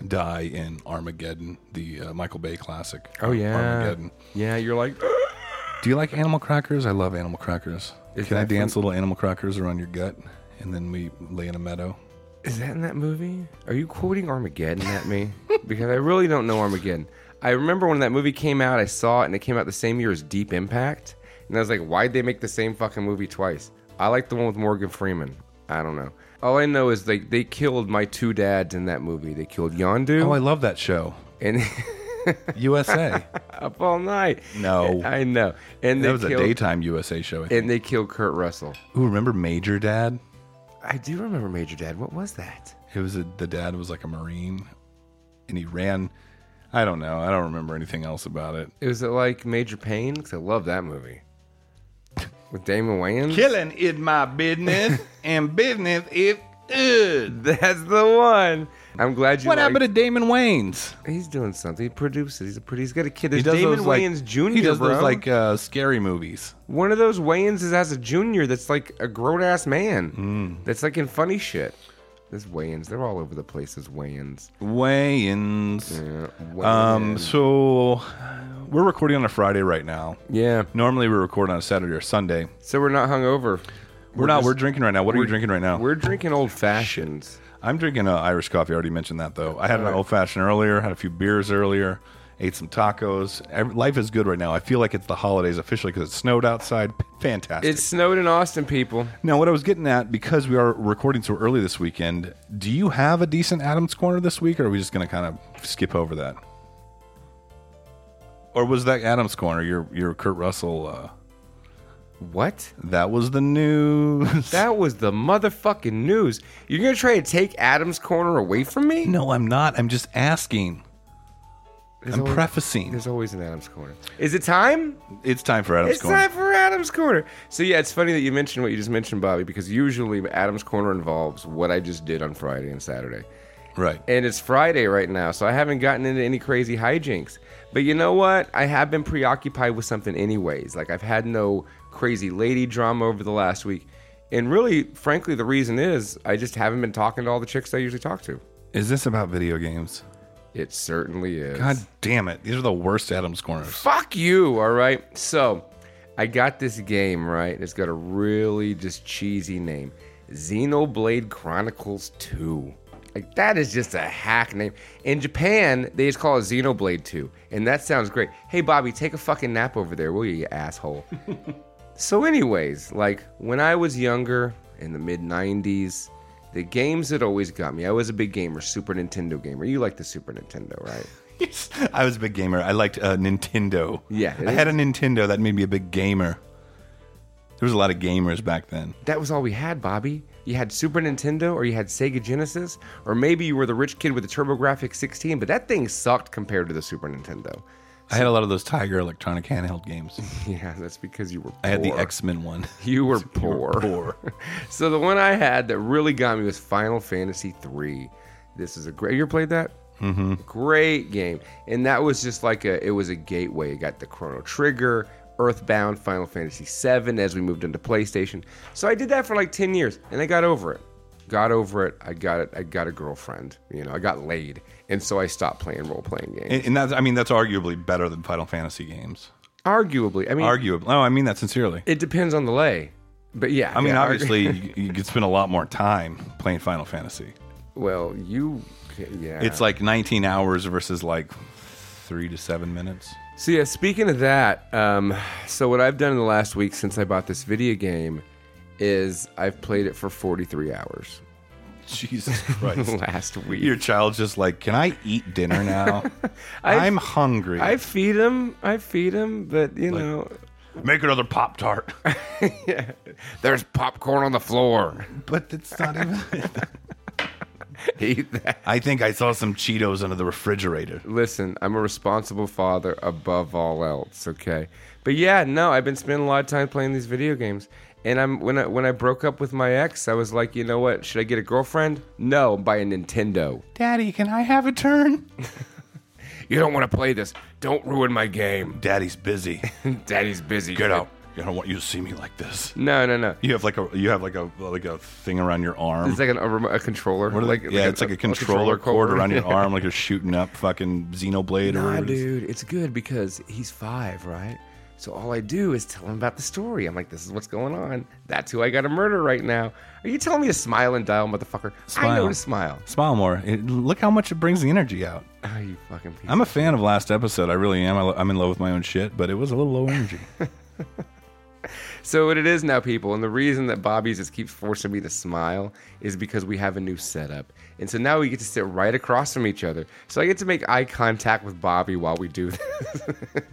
Speaker 2: die in Armageddon, the uh, Michael Bay classic. um,
Speaker 1: oh yeah.
Speaker 2: Armageddon.
Speaker 1: Yeah, you're like
Speaker 2: Do you like animal crackers? I love animal crackers.
Speaker 1: Is
Speaker 2: Can I
Speaker 1: that from-
Speaker 2: dance little animal crackers around your gut, and then we lay in a meadow?
Speaker 1: Is that in that movie? Are you quoting Armageddon at me? because I really don't know Armageddon. I remember when that movie came out, I saw it, and it came out the same year as Deep Impact. And I was like, why'd they make the same fucking movie twice? I like the one with Morgan Freeman. I don't know. All I know is like they killed my two dads in that movie. They killed Yondu
Speaker 2: Oh, I love that show,
Speaker 1: and
Speaker 2: USA.
Speaker 1: Up All Night.
Speaker 2: No.
Speaker 1: I know. And they
Speaker 2: that was
Speaker 1: killed,
Speaker 2: a daytime USA show. I think.
Speaker 1: And they killed Kurt Russell.
Speaker 2: Ooh, remember Major Dad?
Speaker 1: I do remember Major Dad. What was that?
Speaker 2: It was a, the dad was like a marine, and he ran. I don't know. I don't remember anything else about it.
Speaker 1: It was it like Major Pain? Because I love that movie with Damon Wayans.
Speaker 2: Killing is my business, and business is good.
Speaker 1: That's the one. I'm glad you.
Speaker 2: What
Speaker 1: liked-
Speaker 2: happened to Damon Wayans?
Speaker 1: He's doing something. He produces. He's a pretty. He's got a kid. There's
Speaker 2: He does
Speaker 1: Damon
Speaker 2: those, like-
Speaker 1: Wayans Jr.
Speaker 2: He does
Speaker 1: bro.
Speaker 2: those like uh, scary movies.
Speaker 1: one of those Wayans is as a junior. That's like a grown ass man.
Speaker 2: Mm.
Speaker 1: That's like in funny shit. This Wayans. They're all over the place. As Wayans.
Speaker 2: Wayans.
Speaker 1: Yeah.
Speaker 2: Um,
Speaker 1: Wayans.
Speaker 2: so we're recording on a Friday right now.
Speaker 1: yeah.
Speaker 2: Normally we record on a Saturday or Sunday.
Speaker 1: So we're not hungover.
Speaker 2: We're, not. we're drinking right now. What are you drinking right now?
Speaker 1: We're drinking old fashions.
Speaker 2: I'm drinking uh, Irish coffee. I already mentioned that though. I had an old fashioned earlier. Had a few beers earlier. Ate some tacos. Ev- Life is good right now. I feel like it's the holidays officially because it snowed outside. Fantastic.
Speaker 1: It snowed in Austin, people.
Speaker 2: now, what I was getting at because we are recording so early this weekend, do you have a decent Adams corner this week, or are we just going to kind of skip over that? Or was that Adams corner your your Kurt Russell? Uh,
Speaker 1: What?
Speaker 2: that was the news.
Speaker 1: That was the motherfucking news. You're gonna try to take Adam's corner away from me?
Speaker 2: no, I'm not. I'm just asking.
Speaker 1: There's
Speaker 2: I'm
Speaker 1: always,
Speaker 2: prefacing.
Speaker 1: There's always an Adam's corner. Is it time?
Speaker 2: It's time for Adams
Speaker 1: it's
Speaker 2: corner.
Speaker 1: time for Adam's corner. So yeah, it's funny that you mentioned what you just mentioned, Bobby, because usually Adam's corner involves what I just did on Friday and Saturday.
Speaker 2: Right.
Speaker 1: And it's Friday right now, so I haven't gotten into any crazy hijinks. But you know what? I have been preoccupied with something, anyways. Like, I've had no crazy lady drama over the last week. And really, frankly, the reason is I just haven't been talking to all the chicks I usually talk to.
Speaker 2: Is this about video games?
Speaker 1: It certainly is.
Speaker 2: God damn it. These are the worst Adams corners.
Speaker 1: Fuck you, all right? So, I got this game, right? It's got a really just cheesy name Xenoblade Chronicles 2. Like, that is just a hack name. In Japan, they just call it Xenoblade 2, and that sounds great. Hey, Bobby, take a fucking nap over there, will you, you asshole? So, anyways, like when I was younger in the mid 90s, the games that always got me, I was a big gamer, Super Nintendo gamer. You like the Super Nintendo, right?
Speaker 2: I was a big gamer. I liked uh, Nintendo.
Speaker 1: Yeah, it
Speaker 2: I had a Nintendo that made me a big gamer. There was a lot of gamers back then.
Speaker 1: That was all we had, Bobby. You had Super Nintendo or you had Sega Genesis, or maybe you were the rich kid with the TurboGrafx 16, but that thing sucked compared to the Super Nintendo.
Speaker 2: I had a lot of those Tiger electronic handheld games.
Speaker 1: Yeah, that's because you were poor.
Speaker 2: I had the X Men one.
Speaker 1: You were
Speaker 2: You
Speaker 1: poor.
Speaker 2: were poor.
Speaker 1: so the one I had that really got me was Final Fantasy III. This is a great. You ever played that? Mm-hmm. Great game, and that was just like a. It was a gateway. It got the Chrono Trigger, Earthbound, Final Fantasy VII. As we moved into PlayStation, so I did that for like ten years, and I got over it. Got over it. I got it. I got a girlfriend. You know, I got laid, and so I stopped playing role playing games.
Speaker 2: and, and that's, I mean, that's arguably better than Final Fantasy games.
Speaker 1: Arguably, I mean,
Speaker 2: Arguably. No, I mean that sincerely.
Speaker 1: it depends on the lay, but yeah.
Speaker 2: I mean,
Speaker 1: yeah, argu-
Speaker 2: obviously, you, you could spend a lot more time playing Final Fantasy.
Speaker 1: Well, you, yeah.
Speaker 2: It's like 19 hours versus like three to seven minutes.
Speaker 1: So yeah, speaking of that, um, so what I've done in the last week since I bought this video game is I've played it for 43 hours
Speaker 2: Jesus Christ.
Speaker 1: last week.
Speaker 2: Your child's just like, can I eat dinner now? I'm hungry.
Speaker 1: I feed him, I feed him, but you know,
Speaker 2: Make another Pop Tart.
Speaker 1: there's popcorn on the floor.
Speaker 2: but it's not even.
Speaker 1: Eat that.
Speaker 2: I think I saw some Cheetos under the refrigerator.
Speaker 1: Listen, I'm a responsible father above all else, okay? But yeah, no, I've been spending a lot of time playing these video games. And I'm when I when I broke up with my ex, I was like, you know what? Should I get a girlfriend? No, buy a Nintendo.
Speaker 2: Daddy, can I have a turn?
Speaker 1: You don't want to play this. Don't ruin my game.
Speaker 2: Daddy's busy.
Speaker 1: Daddy's busy.
Speaker 2: Get out. I don't want you to see me like this.
Speaker 1: No, no, no.
Speaker 2: You have like a you have like a like a thing around your arm.
Speaker 1: It's like an, a, remo- a controller.
Speaker 2: What are they- yeah, it's like a, controller cord around your arm, like you're shooting up fucking Xenoblade or
Speaker 1: Nah,
Speaker 2: whatever it is.
Speaker 1: dude, it's good because he's five, right? So all I do is tell him about the story. I'm like, this is what's going on. That's who I got to murder right now. Are you telling me to smile and dial, motherfucker? I know
Speaker 2: Smile.
Speaker 1: to smile.
Speaker 2: Smile more. It- look how much it brings the energy out.
Speaker 1: Oh, you fucking piece.
Speaker 2: I'm a fan of last episode. I really am. I lo- I'm in love with my own shit, but it was a little low energy.
Speaker 1: So what it is now, people, and the reason that Bobby's just keeps forcing me to smile is because we have a new setup, and so now we get to sit right across from each other. So I get to make eye contact with Bobby while we do this.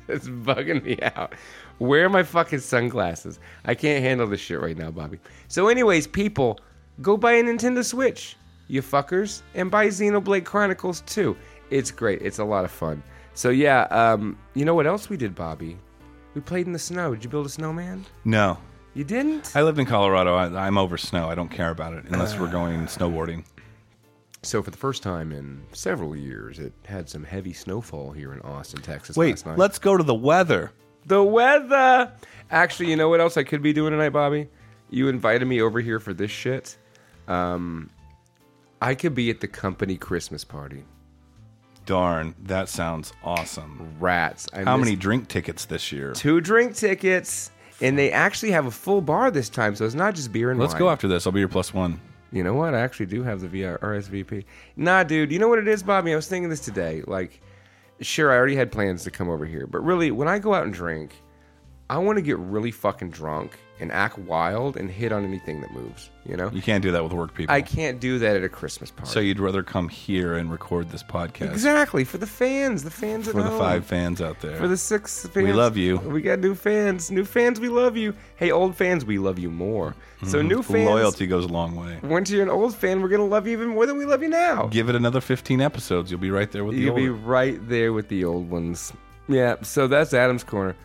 Speaker 1: it's bugging me out. Where are my fucking sunglasses? I can't handle this shit right now, Bobby. So, anyways, people, go buy a Nintendo Switch, you fuckers, and buy Xenoblade Chronicles 2. It's great. It's a lot of fun. So yeah, um, you know what else we did, Bobby? We played in the snow. Did you build a snowman?
Speaker 2: no,
Speaker 1: You didn't?
Speaker 2: I lived in Colorado. I, I'm over snow. I don't care about it unless we're going snowboarding.
Speaker 1: So, for the first time in several years, it had some heavy snowfall here in Austin, Texas
Speaker 2: Wait,
Speaker 1: last night.
Speaker 2: let's go to the weather.
Speaker 1: the weather! Actually, you know what else I could be doing tonight, Bobby? You invited me over here for this shit. Um, I could be at the company Christmas party.
Speaker 2: Darn, that sounds awesome.
Speaker 1: Rats. I
Speaker 2: How
Speaker 1: missed
Speaker 2: many drink tickets this year?
Speaker 1: Two drink tickets. And they actually have a full bar this time, so it's not just beer and
Speaker 2: Let's
Speaker 1: wine.
Speaker 2: go after this. I'll be your plus one.
Speaker 1: You know what? I actually do have the VR RSVP. Nah, dude. You know what it is, Bobby? I was thinking this today. Like, sure, I already had plans to come over here, but really, when I go out and drink, I want to get really fucking drunk and act wild and hit on anything that moves. You know,
Speaker 2: You can't do that with work people.
Speaker 1: I can't do that at a Christmas party.
Speaker 2: so you'd rather come here and record this podcast
Speaker 1: exactly for the fans, the fans at
Speaker 2: for the
Speaker 1: home,
Speaker 2: five fans out there.
Speaker 1: for the six fans.
Speaker 2: love you.
Speaker 1: We got new fans, new fans. We love you. Hey, old fans, we love you more. So new fans,
Speaker 2: Mm-hmm. Loyalty goes a long way.
Speaker 1: Once you're an old fan, we're gonna love you even more than we love you now.
Speaker 2: Give it another 15 episodes. You'll be right there with the
Speaker 1: You'll
Speaker 2: old.
Speaker 1: be right there with the old ones. Yeah, so that's Adam's Corner.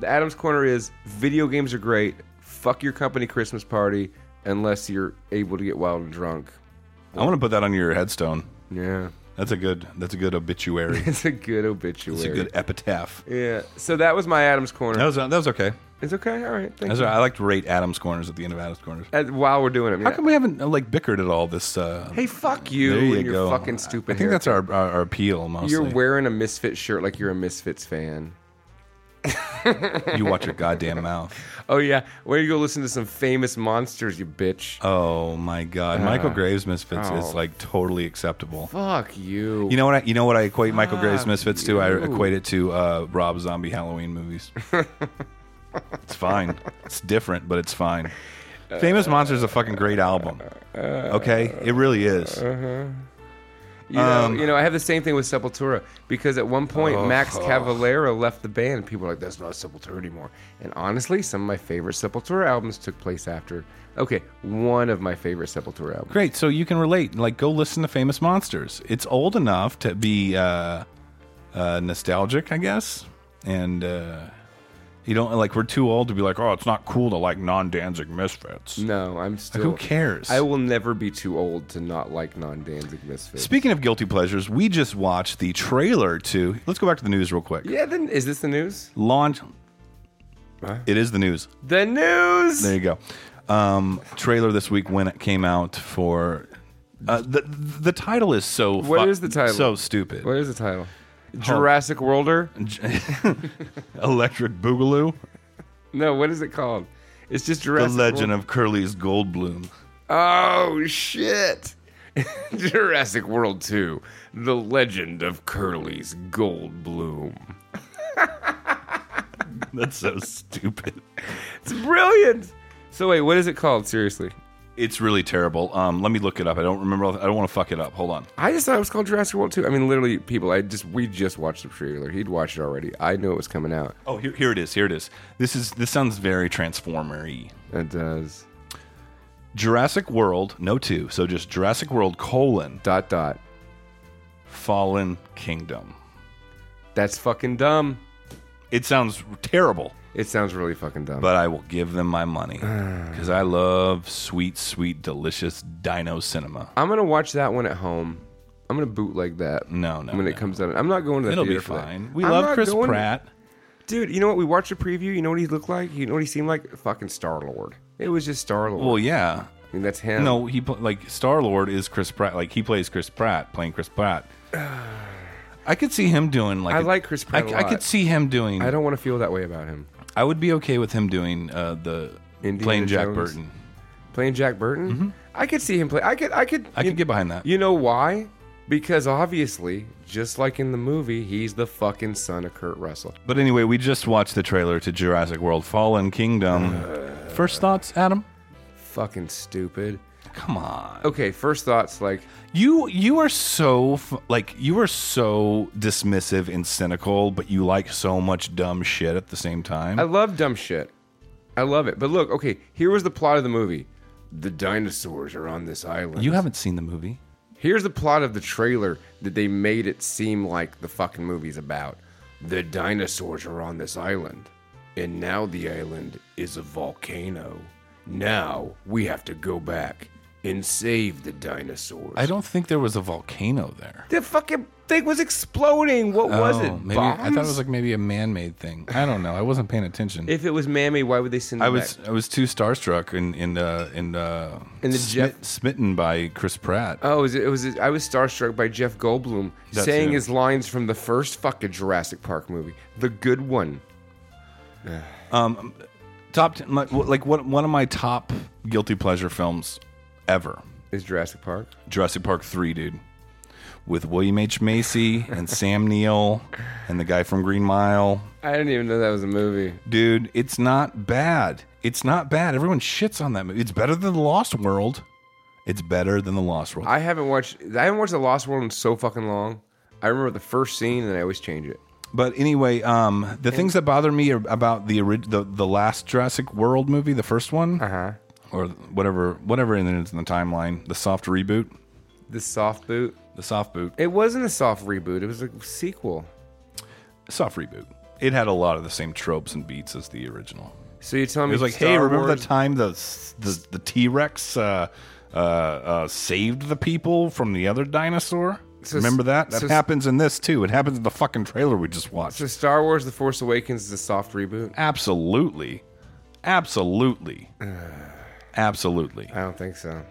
Speaker 1: The Adam's Corner is video games are great. Fuck your company Christmas party unless you're able to get wild and drunk.
Speaker 2: I want to put that on your headstone.
Speaker 1: Yeah.
Speaker 2: That's a good. That's a good obituary.
Speaker 1: It's a good obituary.
Speaker 2: It's a good epitaph.
Speaker 1: yeah. So that was my Adam's Corner.
Speaker 2: That was that was okay.
Speaker 1: It's okay. All right. Thank
Speaker 2: That's
Speaker 1: you.
Speaker 2: all right. I like to rate Adam's corners at the end of Adam's corners.
Speaker 1: Uh, While we're doing it.
Speaker 2: How come we haven't uh, like bickered at all this? Uh,
Speaker 1: hey, fuck you
Speaker 2: there you
Speaker 1: and your
Speaker 2: go.
Speaker 1: fucking stupid
Speaker 2: I
Speaker 1: hair.
Speaker 2: think that's our, our our appeal mostly.
Speaker 1: You're wearing a Misfit shirt like you're a Misfits fan.
Speaker 2: you watch your goddamn mouth.
Speaker 1: Oh, yeah. Where you go listen to some famous monsters, you bitch.
Speaker 2: Oh my god, Michael Graves Misfits
Speaker 1: oh.
Speaker 2: is like totally acceptable.
Speaker 1: Fuck you.
Speaker 2: You know what? I, you know what I equate Michael Graves Misfits to? I
Speaker 1: Ah, you.
Speaker 2: equate it to uh, Rob Zombie Halloween movies. it's fine. It's different, but it's fine.
Speaker 1: Uh,
Speaker 2: Famous Monster is a fucking great album. Okay, it really is.
Speaker 1: You know,
Speaker 2: Um,
Speaker 1: you know, I have the same thing with Sepultura because at one point
Speaker 2: Oh.
Speaker 1: Max Cavalera left the band. and People were like, "That's not Sepultura anymore." And honestly, some of my favorite Sepultura albums took place after. Okay, one of my favorite Sepultura albums.
Speaker 2: Great. So you can relate. Like, go listen to Famous Monsters. It's old enough to be uh, uh, nostalgic, I guess. And uh, you don't like. We're too old to be like, oh, it's not cool to like non-Danzig misfits.
Speaker 1: No, I'm still.
Speaker 2: Who cares?
Speaker 1: I will never be too old to not like non-Danzig Misfits.
Speaker 2: Speaking of guilty pleasures, we just watched the trailer to. Let's go back to the news real quick.
Speaker 1: yeah, then is this the news?
Speaker 2: Launch.
Speaker 1: Huh?
Speaker 2: It is the news.
Speaker 1: The news.
Speaker 2: There you go. Um, trailer this week when it came out for. Uh, the the title is so.
Speaker 1: What
Speaker 2: fu-
Speaker 1: is the title?
Speaker 2: So stupid.
Speaker 1: What is the title? Jurassic Worlder?
Speaker 2: Electric Boogaloo.
Speaker 1: No, what is it called? It's just
Speaker 2: The
Speaker 1: Jurassic.
Speaker 2: Legend of Curly's Goldblum.
Speaker 1: Oh shit! Jurassic World 2: The Legend of Curly's Gold Bloom.
Speaker 2: That's so stupid.
Speaker 1: It's brilliant. So wait, what is it called? Seriously,
Speaker 2: It's really terrible. Um, let me look it up. I don't remember. I don't want to fuck it up. Hold on.
Speaker 1: I just thought it was called Jurassic World 2. I mean, literally, people. I just we just watched the trailer. He'd watched it already. I knew it was coming out.
Speaker 2: Oh, here, here it is. Here it is. This is this sounds very transformer-y.
Speaker 1: It does
Speaker 2: Jurassic World, no two. So just Jurassic World colon
Speaker 1: dot dot.
Speaker 2: Fallen Kingdom.
Speaker 1: That's fucking dumb.
Speaker 2: It sounds terrible,
Speaker 1: It sounds really fucking dumb.
Speaker 2: but I will give them my money because I love sweet, sweet, delicious Dino Cinema.
Speaker 1: I'm gonna watch that one at home. I'm gonna bootleg that.
Speaker 2: No, no,
Speaker 1: When it
Speaker 2: no.
Speaker 1: comes out, I'm not going to the
Speaker 2: It'll be
Speaker 1: theater for that.
Speaker 2: fine. We
Speaker 1: I'm
Speaker 2: love
Speaker 1: not
Speaker 2: Chris
Speaker 1: going-
Speaker 2: Pratt.
Speaker 1: dude. You know what? We watched a preview. You know what he looked like? You know what he seemed like? Fucking Star Lord. It was just Star Lord.
Speaker 2: Well, yeah.
Speaker 1: I mean, that's him.
Speaker 2: No, he pl- like Star Lord is Chris Pratt. Like he plays Chris Pratt, playing Chris Pratt. I could see him doing like
Speaker 1: I
Speaker 2: a-
Speaker 1: like Chris Pratt
Speaker 2: I,
Speaker 1: a
Speaker 2: I
Speaker 1: lot.
Speaker 2: could see him doing.
Speaker 1: I
Speaker 2: I,
Speaker 1: don't want to feel that way about him.
Speaker 2: would be okay with him doing uh, the
Speaker 1: Indiana
Speaker 2: playing Jack
Speaker 1: Jones.
Speaker 2: Burton.
Speaker 1: Playing Jack Burton, I could see him play. I could. I could.
Speaker 2: Mm-hmm. I
Speaker 1: you,
Speaker 2: could get behind that.
Speaker 1: You know why? Because obviously, just like in the movie, he's the fucking son of Kurt Russell.
Speaker 2: But anyway, we just watched the trailer to Jurassic World: Fallen Kingdom.
Speaker 1: Uh.
Speaker 2: First thoughts, Adam?
Speaker 1: Fucking stupid.
Speaker 2: Come on.
Speaker 1: Okay, first thoughts like
Speaker 2: You you are so f- like you are so dismissive and cynical, but you like so much dumb shit at the same time.
Speaker 1: I love dumb shit. I love it. But look, okay, here was the plot of the movie. The dinosaurs are on this island.
Speaker 2: you haven't seen the movie.
Speaker 1: Here's the plot of the trailer that they made it seem like the fucking movie's about. The dinosaurs are on this island, and now the island is a volcano. Now we have to go back and save the dinosaurs.
Speaker 2: I don't think there was a volcano there.
Speaker 1: the fucking thing was exploding. What was it?
Speaker 2: Oh, Maybe I thought it was
Speaker 1: Bombs?
Speaker 2: like maybe a man-made thing. I don't know. I wasn't paying attention.
Speaker 1: If it was Mammy, why would they send it
Speaker 2: I
Speaker 1: back?
Speaker 2: was I was too starstruck and and uh, and uh,
Speaker 1: And the
Speaker 2: smit-
Speaker 1: Jeff-
Speaker 2: smitten by Chris Pratt.
Speaker 1: Oh, it was, it was I was starstruck by Jeff Goldblum
Speaker 2: That's
Speaker 1: saying
Speaker 2: it.
Speaker 1: his lines from the first fucking Jurassic Park movie, the good one.
Speaker 2: top ten, my, like one one of my top guilty pleasure films ever.
Speaker 1: Is Jurassic Park?
Speaker 2: Jurassic Park three, dude, with William H Macy and Sam Neill and the guy from Green Mile.
Speaker 1: I didn't even know that was a movie.
Speaker 2: Dude, it's not bad. It's not bad. Everyone shits on that movie. It's better than The Lost World. It's better than The Lost World.
Speaker 1: I haven't watched. I haven't watched The Lost World in so fucking long. I remember the first scene, and I always change it.
Speaker 2: But anyway, um, the things that bother me are about the orig- the the last Jurassic World movie, the first one,
Speaker 1: huh.
Speaker 2: or whatever whatever it is in the timeline, the soft reboot,
Speaker 1: The soft boot.
Speaker 2: the soft boot,
Speaker 1: It wasn't a soft reboot. It was a sequel.
Speaker 2: soft reboot. It had a lot of the same tropes and beats as the original.
Speaker 1: So you're telling
Speaker 2: It
Speaker 1: me
Speaker 2: was like,
Speaker 1: Star
Speaker 2: hey, remember
Speaker 1: Wars,
Speaker 2: the time the the the T Rex uh, uh, uh, saved the people from the other dinosaur?
Speaker 1: So s-
Speaker 2: remember that? That
Speaker 1: so s-
Speaker 2: happens in this too. It happens in the fucking trailer we just watched.
Speaker 1: so Star Wars: The Force Awakens is a soft reboot?
Speaker 2: Absolutely, absolutely, absolutely.
Speaker 1: I don't think so.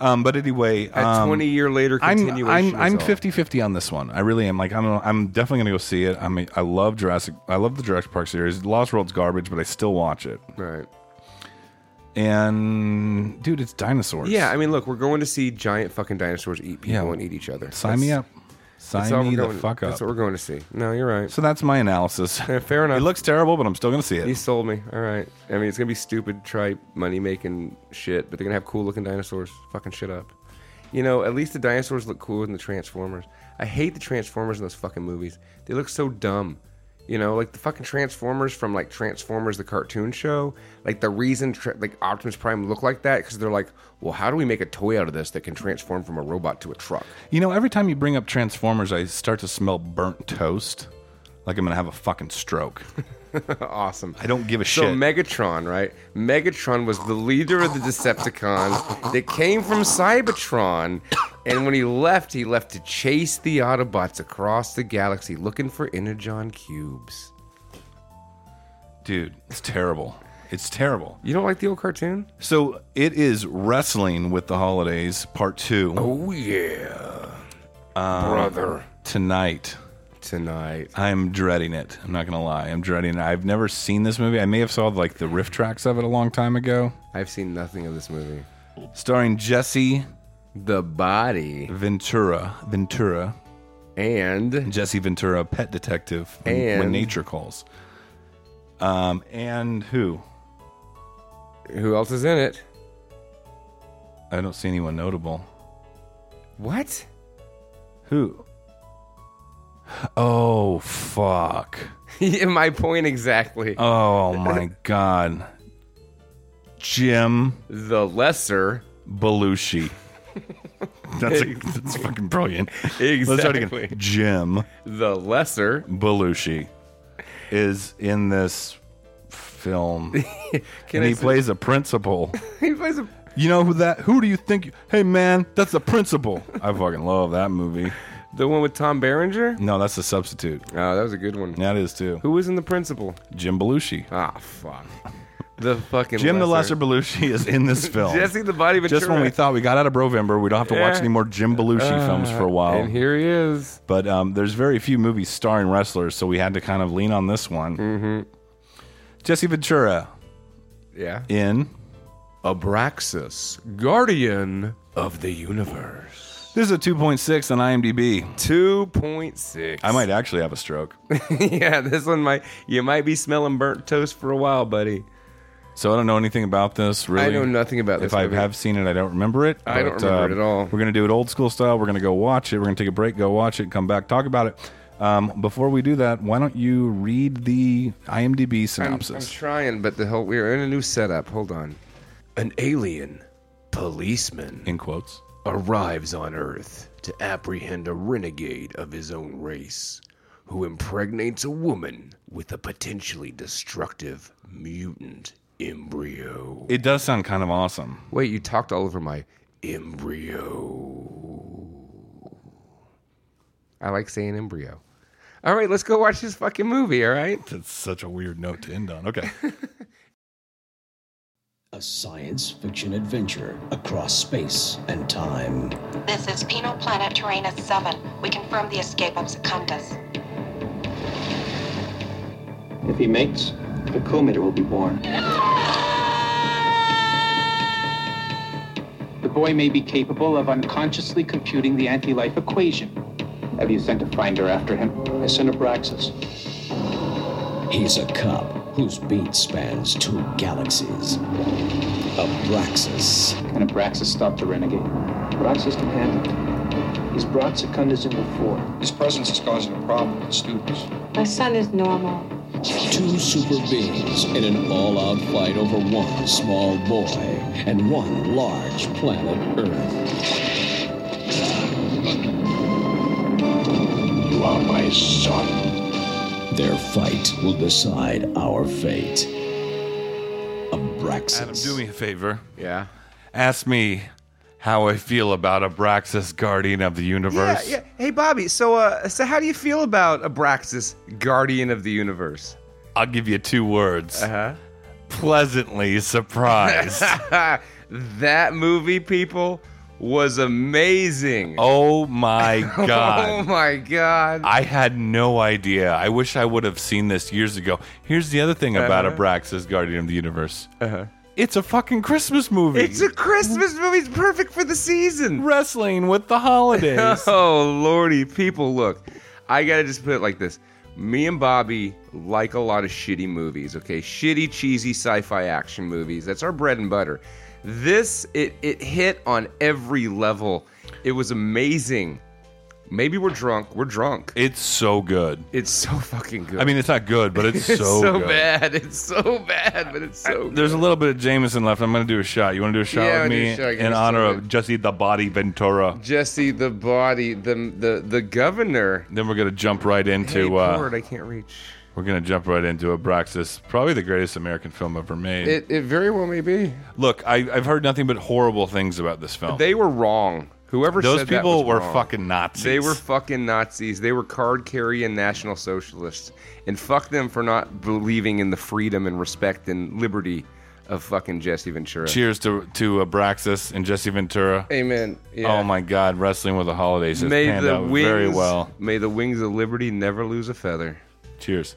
Speaker 2: Um, but anyway,
Speaker 1: A
Speaker 2: um,
Speaker 1: 20 year later
Speaker 2: I'm
Speaker 1: continuation.
Speaker 2: I'm I'm
Speaker 1: is all.
Speaker 2: 50-50 on this one. I really am. Like I'm I'm definitely gonna go see it. I mean I love Jurassic. I love the Jurassic Park series. Lost World's garbage, but I still watch it.
Speaker 1: Right.
Speaker 2: And dude, it's dinosaurs.
Speaker 1: Yeah, I mean, look, we're going to see giant fucking dinosaurs eat people
Speaker 2: Yeah.
Speaker 1: and eat each other.
Speaker 2: Sign me up.
Speaker 1: that's all
Speaker 2: Sign me
Speaker 1: we're
Speaker 2: the
Speaker 1: going-
Speaker 2: fuck up.
Speaker 1: That's what we're going to see. No, you're right.
Speaker 2: so that's my analysis.
Speaker 1: Yeah, fair enough.
Speaker 2: It looks terrible, but I'm still gonna see
Speaker 1: You
Speaker 2: it.
Speaker 1: sold me. All right. I mean, it's gonna be stupid, try money making shit, but they're gonna have cool looking dinosaurs. Fucking shit up. You know, at least the dinosaurs look cooler than the Transformers. I hate the Transformers in those fucking movies. They look so dumb. You know, like the fucking Transformers from like Transformers the cartoon show. Like the reason tra- like Optimus Prime look like that because they're like, well, how do we make a toy out of this that can transform from a robot to a truck?
Speaker 2: You know, every time you bring up Transformers, I start to smell burnt toast. Like I'm gonna have a fucking stroke.
Speaker 1: awesome.
Speaker 2: I don't give a
Speaker 1: So
Speaker 2: shit.
Speaker 1: Megatron, right? Megatron was the leader of the Decepticons that came from Cybertron, and when he left, he left to chase the Autobots across the galaxy looking for energon cubes.
Speaker 2: Dude, it's terrible. It's terrible.
Speaker 1: You don't like the old cartoon?
Speaker 2: So it is wrestling with the holidays part two
Speaker 1: Oh yeah, brother.
Speaker 2: tonight.
Speaker 1: Um, Tonight,
Speaker 2: I'm dreading it. I'm not gonna lie. I'm dreading it. I've never seen this movie. I may have saw like the riff tracks of it a long time ago.
Speaker 1: I've seen nothing of this movie.
Speaker 2: Starring Jesse
Speaker 1: The Body
Speaker 2: Ventura. Ventura.
Speaker 1: and
Speaker 2: Jesse Ventura, pet detective when, when
Speaker 1: And-
Speaker 2: nature calls. Um, and who?
Speaker 1: who else is in it?
Speaker 2: I don't see anyone notable.
Speaker 1: What?
Speaker 2: Who? Oh fuck.
Speaker 1: yeah, my point exactly.
Speaker 2: Oh my god. Jim
Speaker 1: the lesser.
Speaker 2: Belushi. That's, a, that's fucking brilliant. Let's try it
Speaker 1: Exactly.
Speaker 2: again. Jim
Speaker 1: The lesser
Speaker 2: Belushi. is in this film,
Speaker 1: Can
Speaker 2: and
Speaker 1: I
Speaker 2: he
Speaker 1: say-
Speaker 2: plays a principal.
Speaker 1: he plays a
Speaker 2: You know who that? Who do you think? you- hey man, that's the principal. I fucking love that movie.
Speaker 1: the one with Tom Berenger.
Speaker 2: No, that's the substitute.
Speaker 1: Oh, that was a good one.
Speaker 2: That is too.
Speaker 1: Who was in the principal?
Speaker 2: Jim Belushi.
Speaker 1: Ah, fuck. The fucking
Speaker 2: Jim the Lesser Belushi is in this film.
Speaker 1: Jesse the Body Ventura.
Speaker 2: Just when we thought we got out of Brovember, we don't have to watch
Speaker 1: Yeah. Uh,
Speaker 2: any more Jim Belushi films for a while.
Speaker 1: and here he is.
Speaker 2: but um, there's very few movies starring wrestlers, so we had to kind of lean on this one.
Speaker 1: Mm-hmm.
Speaker 2: Jesse Ventura
Speaker 1: Yeah.
Speaker 2: in.
Speaker 1: Abraxas, Guardian of the Universe.
Speaker 2: This is a 2.6 on IMDb.
Speaker 1: Two point six.
Speaker 2: I might actually have a stroke.
Speaker 1: yeah, this one might. You might be smelling burnt toast for a while, buddy.
Speaker 2: So I don't know anything about this, really.
Speaker 1: I know nothing about this.
Speaker 2: If I
Speaker 1: movie.
Speaker 2: have seen it, I don't remember it. uh,
Speaker 1: I don't remember it at all.
Speaker 2: We're gonna do it old school style. We're gonna go watch it. We're gonna take a break, go watch it, come back, talk about it. Um, before we do that, why don't you read the IMDb synopsis?
Speaker 1: I'm trying, but the whole we're in a new setup. Hold on. An alien policeman
Speaker 2: in quotes.
Speaker 1: arrives on Earth to apprehend a renegade of his own race who impregnates a woman with a potentially destructive mutant embryo.
Speaker 2: It does sound kind of awesome.
Speaker 1: Wait, you talked all over my embryo. I like saying embryo. All right, let's go watch this fucking movie, all right?
Speaker 2: That's such a weird note to end on. Okay.
Speaker 3: A science fiction adventure across space and time.
Speaker 4: This is Penal Planet Terrena 7. We confirm the escape of Secundus.
Speaker 5: If he mates, a co-mater will be born. The boy may be capable of unconsciously computing the anti-life equation. Have you sent a finder after him? I sent Abraxas.
Speaker 3: He's a cop whose beat spans two galaxies. Abraxas.
Speaker 5: Can Abraxas stop the renegade? Abraxas can handle it. He's brought Secundus in before.
Speaker 6: His presence is causing a problem with students.
Speaker 7: My son is normal.
Speaker 3: Two super beings in an all out fight over one small boy and one large planet Earth. You are my son. Their fight will decide our fate. Abraxas.
Speaker 2: Adam, do me a favor.
Speaker 1: Yeah.
Speaker 2: Ask me how I feel about Abraxas, Guardian of the
Speaker 1: Yeah,
Speaker 2: Universe.
Speaker 1: yeah. Hey Bobby, so uh so how do you feel about Abraxas, Guardian of the Universe?
Speaker 2: I'll give you two words.
Speaker 1: Uh-huh.
Speaker 2: Pleasantly surprised.
Speaker 1: that movie, people, was amazing.
Speaker 2: oh my god.
Speaker 1: Oh my god.
Speaker 2: I had no idea. I wish I would have seen this years ago. Here's the other thing about
Speaker 1: Uh-huh.
Speaker 2: Abraxas, Guardian of the Universe. It's a fucking Christmas movie.
Speaker 1: It's a Christmas movie. It's perfect for the season.
Speaker 2: wrestling with the holidays.
Speaker 1: Oh lordy, people, look. I gotta just put it like this. Me and Bobby like a lot of shitty movies, okay? Shitty, cheesy sci-fi action movies. That's our bread and butter. This it it hit on every level. It was amazing. Maybe we're drunk. We're drunk.
Speaker 2: it's so good.
Speaker 1: It's so fucking good.
Speaker 2: I mean, it's not good, but it's,
Speaker 1: it's so,
Speaker 2: so, good.
Speaker 1: bad. It's so bad, but it's so good.
Speaker 2: There's a little bit of Jameson left. I'm going to do a shot. You want to do a shot
Speaker 1: Yeah, I'll
Speaker 2: with
Speaker 1: do a
Speaker 2: me
Speaker 1: shot. Give
Speaker 2: in
Speaker 1: me
Speaker 2: honor
Speaker 1: some of
Speaker 2: of Jesse the Body Ventura?
Speaker 1: Jesse, the body, the the the governor.
Speaker 2: Then we're going to jump right
Speaker 1: Hey,
Speaker 2: into uh,
Speaker 1: Ford, I can't reach.
Speaker 2: we're going to jump right into Abraxas, probably the greatest American film ever made.
Speaker 1: It it very well may be.
Speaker 2: Look, I, I've heard nothing but horrible things about this film.
Speaker 1: They were wrong. Whoever
Speaker 2: Those
Speaker 1: said that
Speaker 2: people
Speaker 1: was
Speaker 2: were
Speaker 1: wrong.
Speaker 2: fucking Nazis.
Speaker 1: They were fucking Nazis. They were card carrying National Socialists, and fuck them for not believing in the freedom and respect and liberty of fucking Jesse Ventura.
Speaker 2: Cheers to to Abraxas and Jesse Ventura.
Speaker 1: Amen. Yeah.
Speaker 2: Oh my God, wrestling with the holidays has
Speaker 1: May
Speaker 2: panned
Speaker 1: the
Speaker 2: out
Speaker 1: wings
Speaker 2: very well.
Speaker 1: May the wings of liberty never lose a feather.
Speaker 2: Cheers.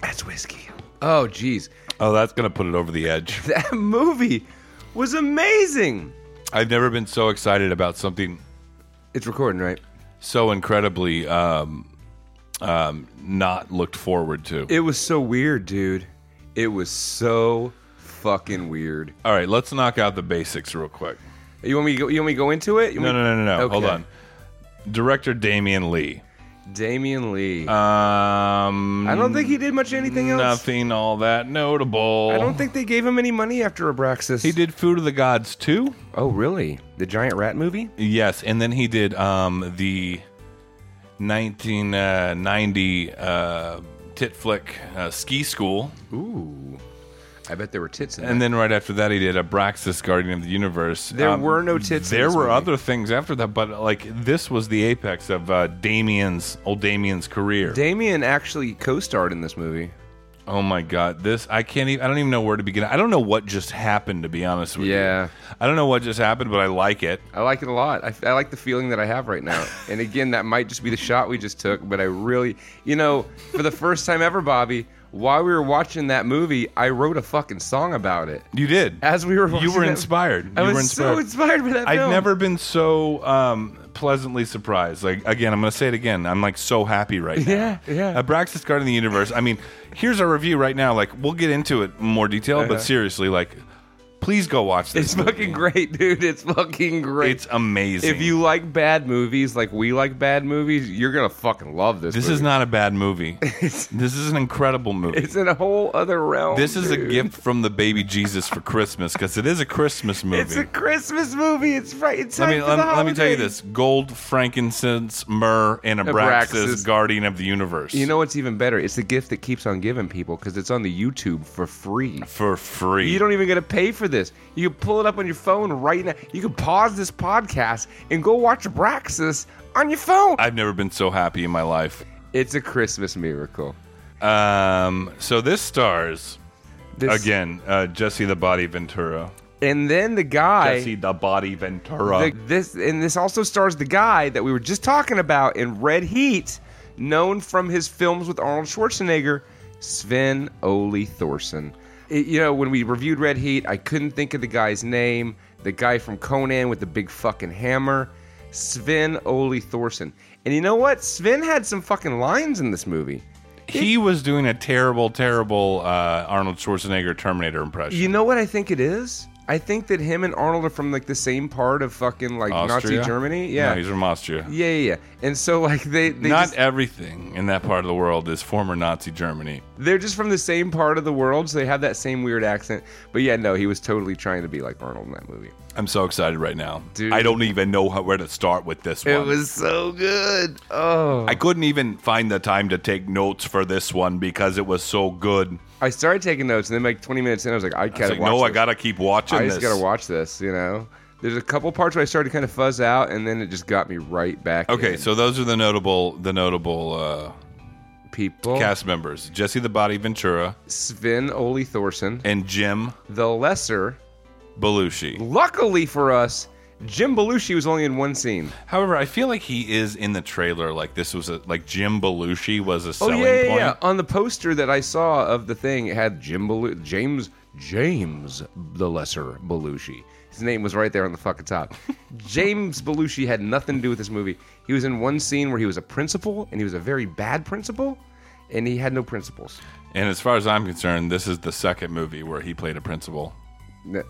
Speaker 1: That's whiskey. Oh jeez,
Speaker 2: Oh, that's gonna put it over the edge.
Speaker 1: that movie was amazing.
Speaker 2: I've never been so excited about something
Speaker 1: It's recording, right?
Speaker 2: so incredibly um, um, not looked forward to.
Speaker 1: It was so weird, dude. It was so fucking weird.
Speaker 2: All right, let's knock out the basics real quick.
Speaker 1: You want me? To go, you want me to go into it? You
Speaker 2: No,
Speaker 1: want
Speaker 2: no,
Speaker 1: me-
Speaker 2: no, no, no. Hold
Speaker 1: Okay.
Speaker 2: on. Director Damian Lee.
Speaker 1: Damian Lee.
Speaker 2: Uh, Um,
Speaker 1: I don't think he did much anything else.
Speaker 2: nothing all that notable.
Speaker 1: I don't think they gave him any money after Abraxas.
Speaker 2: he did Food of the Gods too.
Speaker 1: Oh, really? The giant rat movie?
Speaker 2: Yes, and then he did um the 1990 uh, tit flick uh, Ski School.
Speaker 1: Ooh. I bet there were tits in
Speaker 2: And then right after that, he did Abraxas, Guardian of the Universe. Um,
Speaker 1: There were no tits in
Speaker 2: There
Speaker 1: this
Speaker 2: were
Speaker 1: movie.
Speaker 2: other things after that, but like this was the apex of uh, Damien's old Damien's career.
Speaker 1: Damien actually co-starred in this movie.
Speaker 2: oh my God, this I can't even. I don't even know where to begin. I don't know what just happened. To be honest with you,
Speaker 1: Yeah.
Speaker 2: I don't know what just happened, but I like it.
Speaker 1: I like it a lot. I, I like the feeling that I have right now. And again, that might just be the shot we just took, but I really, you know, for the first time ever, Bobby, while we were watching that movie, I wrote a fucking song about it.
Speaker 2: You did
Speaker 1: As we were
Speaker 2: You
Speaker 1: watching
Speaker 2: were
Speaker 1: it-
Speaker 2: inspired.
Speaker 1: I
Speaker 2: you
Speaker 1: was
Speaker 2: were
Speaker 1: so inspired by that
Speaker 2: I've
Speaker 1: film.
Speaker 2: never been so um, pleasantly surprised. Like again, I'm going to say it again. I'm like so happy right now.
Speaker 1: Yeah, yeah.
Speaker 2: Abraxas Guardian of the Universe. I mean, here's our review right now. Like we'll get into it in more detail, but seriously, like please go watch this.
Speaker 1: Uh-huh. It's
Speaker 2: movie.
Speaker 1: fucking great, dude. It's fucking great.
Speaker 2: It's amazing.
Speaker 1: if you like bad movies, like we like bad movies, you're gonna fucking love this.
Speaker 2: this
Speaker 1: movie.
Speaker 2: is not a bad movie.
Speaker 1: It's,
Speaker 2: this is an incredible movie.
Speaker 1: it's in a whole other realm.
Speaker 2: this is a
Speaker 1: dude.
Speaker 2: gift from the baby Jesus for Christmas because it is a Christmas movie.
Speaker 1: It's a Christmas movie. It's right. It's
Speaker 2: let me
Speaker 1: time
Speaker 2: let,
Speaker 1: for
Speaker 2: me-
Speaker 1: the
Speaker 2: let me tell you
Speaker 1: holidays.
Speaker 2: this: gold, frankincense, myrrh, and Abraxas,
Speaker 1: Abraxas.
Speaker 2: Guardian of the Universe.
Speaker 1: You know what's even better? It's the gift that keeps on giving people because it's on the YouTube for free.
Speaker 2: for free.
Speaker 1: You don't even got to pay for this. You can pull it up on your phone right now. You can pause this podcast and go watch Braxis on your phone.
Speaker 2: I've never been so happy in my life.
Speaker 1: It's a Christmas miracle.
Speaker 2: Um, so this stars
Speaker 1: This-
Speaker 2: again uh, Jesse the Body Ventura.
Speaker 1: And then the guy.
Speaker 2: Jesse the Body Ventura.
Speaker 1: the, this and this also stars the guy that we were just talking about in Red Heat, known from his films with Arnold Schwarzenegger, Sven Ole Thorson. It- you know, when we reviewed Red Heat, I couldn't think of the guy's name. The guy from Conan with the big fucking hammer, Sven Ole Thorson. And you know what? Sven had some fucking lines in this movie.
Speaker 2: he was doing a terrible, terrible uh, Arnold Schwarzenegger Terminator impression.
Speaker 1: You know what I think it is? I think that him and Arnold are from like the same part of fucking like
Speaker 2: Austria?
Speaker 1: Nazi Germany. Yeah.
Speaker 2: No, he's from Austria.
Speaker 1: yeah, yeah, yeah. And so like they, they
Speaker 2: Not
Speaker 1: just-
Speaker 2: everything in that part of the world is former Nazi Germany.
Speaker 1: They're just from the same part of the world, so they have that same weird accent. But yeah, no, he was totally trying to be like Arnold in that movie.
Speaker 2: I'm so excited right now.
Speaker 1: Dude.
Speaker 2: I don't even know how, where to start with this one.
Speaker 1: It was so good. Oh,
Speaker 2: I couldn't even find the time to take notes for this one because it was so good.
Speaker 1: I started taking notes, and then like 20 minutes in, I was like, I
Speaker 2: It's
Speaker 1: gotta
Speaker 2: like,
Speaker 1: watch.
Speaker 2: no, I
Speaker 1: this.
Speaker 2: gotta keep watching
Speaker 1: I
Speaker 2: this.
Speaker 1: just gotta watch this. You know, there's a couple parts where I started to kind of fuzz out, and then it just got me right back.
Speaker 2: Okay,
Speaker 1: in.
Speaker 2: so those are the notable the notable uh,
Speaker 1: people:
Speaker 2: cast members: Jesse the Body Ventura
Speaker 1: Sven Ole Thorson,
Speaker 2: and Jim
Speaker 1: the lesser.
Speaker 2: Belushi.
Speaker 1: Luckily for us, Jim Belushi was only in one scene.
Speaker 2: However, I feel like he is in the trailer. Like this was a like Jim Belushi was a
Speaker 1: Oh,
Speaker 2: selling point.
Speaker 1: On the poster that I saw of the thing, it had Jim Belu- James James the Lesser Belushi. His name was right there on the fucking top. James Belushi had nothing to do with this movie. He was in one scene where he was a principal, and he was a very bad principal, and he had no principles.
Speaker 2: And as far as I'm concerned, this is the second movie where he played a principal.
Speaker 1: That,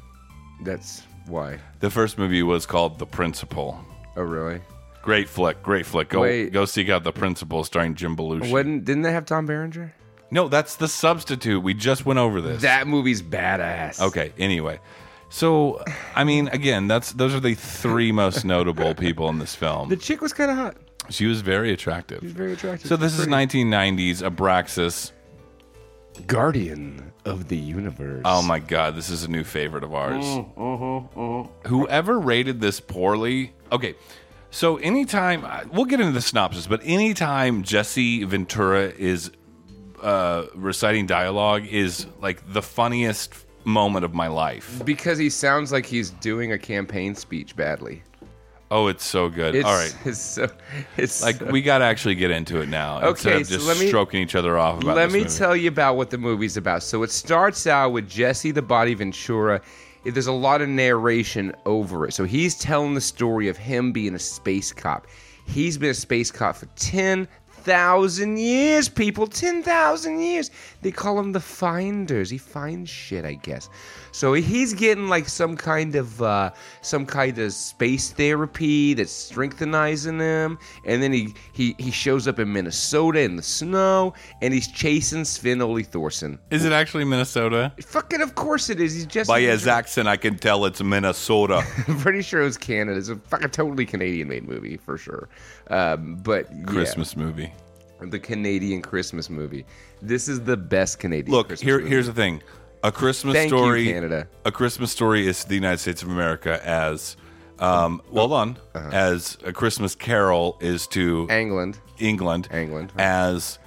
Speaker 1: that's why.
Speaker 2: The first movie was called The Principal.
Speaker 1: Oh, really?
Speaker 2: Great flick, great flick. Go
Speaker 1: Wait.
Speaker 2: go seek out The Principal starring Jim Belushi.
Speaker 1: Wasn't, didn't they have Tom Berenger?
Speaker 2: No, that's The Substitute. We just went over this.
Speaker 1: That movie's badass.
Speaker 2: Okay. Anyway, so I mean, again, that's those are the three most notable people in this
Speaker 1: The
Speaker 2: film.
Speaker 1: chick was kind of hot.
Speaker 2: She was very attractive. She was
Speaker 1: very attractive.
Speaker 2: So this is
Speaker 1: Pretty.
Speaker 2: 1990s Abraxas.
Speaker 1: Guardian of the Universe.
Speaker 2: Oh my God, this is a new favorite of ours.
Speaker 1: Mm, mm-hmm,
Speaker 2: Whoever rated this poorly, okay. So anytime I- we'll get into the synopsis, but anytime Jesse Ventura is uh, reciting dialogue is like the funniest moment of my life.
Speaker 1: Because he sounds like he's doing a campaign speech badly.
Speaker 2: Oh, it's so good.
Speaker 1: It's,
Speaker 2: All right.
Speaker 1: It's so. It's
Speaker 2: Like
Speaker 1: so-
Speaker 2: we got to actually get into it now instead
Speaker 1: Okay,
Speaker 2: of
Speaker 1: so
Speaker 2: just
Speaker 1: let me-
Speaker 2: stroking each other off about
Speaker 1: Let
Speaker 2: this
Speaker 1: me
Speaker 2: movie.
Speaker 1: tell you about what the movie's about. So it starts out with Jesse the Body Ventura. It- There's a lot of narration over it. So he's telling the story of him being a space cop. He's been a space cop for 10 10,000 years, people. 10,000 years. They call him the finders. He finds shit, I guess. So he's getting like some kind of uh, some kind of space therapy that's strengthenizing him. And then he he he shows up in Minnesota in the snow and he's chasing Sven Ole Thorson.
Speaker 2: Is it actually Minnesota?
Speaker 1: Fucking of course it is. He's just
Speaker 2: By his accent, I can tell it's Minnesota.
Speaker 1: I'm pretty sure it was Canada. It's a fucking totally Canadian made movie for sure. Um, but yeah,
Speaker 2: Christmas movie.
Speaker 1: the Canadian Christmas movie. This is the best Canadian.
Speaker 2: Look,
Speaker 1: Christmas
Speaker 2: here,
Speaker 1: movie.
Speaker 2: here's the thing: a Christmas
Speaker 1: Thank you,
Speaker 2: story,
Speaker 1: Canada.
Speaker 2: A Christmas story is the United States of America as, um,
Speaker 1: Oh,
Speaker 2: well, hold on,
Speaker 1: uh-huh.
Speaker 2: as a Christmas Carol is to
Speaker 1: England
Speaker 2: England,
Speaker 1: England.
Speaker 2: as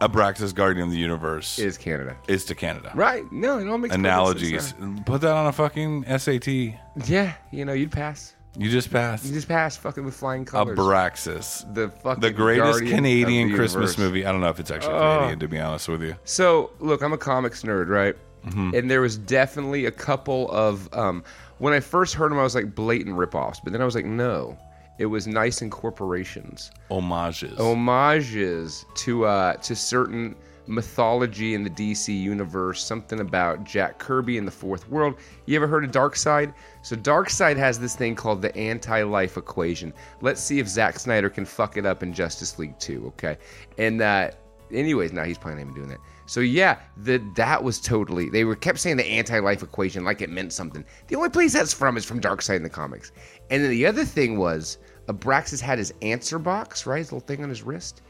Speaker 2: Abraxas Guardian of the Universe is,
Speaker 1: is Canada.
Speaker 2: to Canada.
Speaker 1: Right? No, it all makes perfect
Speaker 2: Analogies.
Speaker 1: sense.
Speaker 2: Put that on a fucking SAT. You
Speaker 1: Yeah, you know, you'd pass.
Speaker 2: just passed
Speaker 1: You just pass fucking with flying colors.
Speaker 2: Abraxas.
Speaker 1: the fucking
Speaker 2: The greatest
Speaker 1: Guardian of
Speaker 2: Canadian
Speaker 1: the
Speaker 2: Christmas
Speaker 1: universe. Oh.
Speaker 2: movie. I don't know if it's actually Canadian, to be honest with you.
Speaker 1: So, look, I'm a comics nerd, right?
Speaker 2: Mm-hmm.
Speaker 1: And there was definitely a couple of um, when I first heard them, I was like blatant ripoffs. But then I was like, no, it was nice incorporations.
Speaker 2: Homages.
Speaker 1: Oh. homages to uh, to certain mythology in the DC universe. Something about Jack Kirby and the Fourth World. You ever heard of Dark Side? So Dark Side has this thing called the anti-life equation. Let's see if Zack Snyder can fuck it up in Justice League 2, okay? And uh, anyways, now he's probably not even doing that. So yeah, the, that was totally. They were kept saying the anti-life equation like it meant something. The only place that's from is from Dark Side in the comics. And then the other thing was Abraxas had his answer box, right? His little thing on his wrist.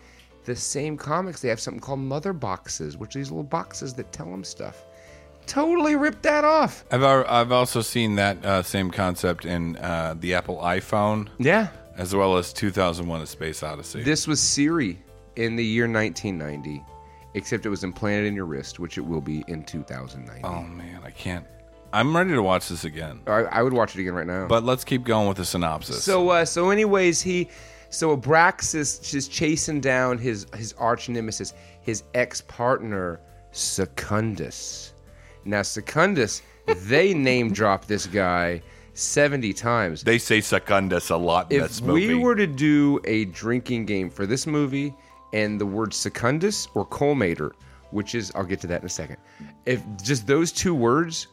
Speaker 1: The same comics, they have something called mother boxes, which are these little boxes that tell him stuff. Totally ripped that off.
Speaker 2: I've al- I've also seen that uh, same concept in uh, the Apple iPhone,
Speaker 1: Yeah.
Speaker 2: as well as 2001: A Space Odyssey.
Speaker 1: This was Siri in the year 1990, except it was implanted in your wrist, which it will be in 2090.
Speaker 2: oh man, I can't. I'm ready to watch this again,
Speaker 1: I, I would watch it again right now.
Speaker 2: but let's keep going with the synopsis.
Speaker 1: So uh, so anyways, he so Abraxas is chasing down his his arch nemesis, his ex partner Secundus. Now Secundus, they name drop this guy seventy times.
Speaker 2: they say Secundus a lot in
Speaker 1: if
Speaker 2: this movie.
Speaker 1: we were to do a drinking game for this movie and the word secundus or colmater which is i'll get to that in a second if just those two words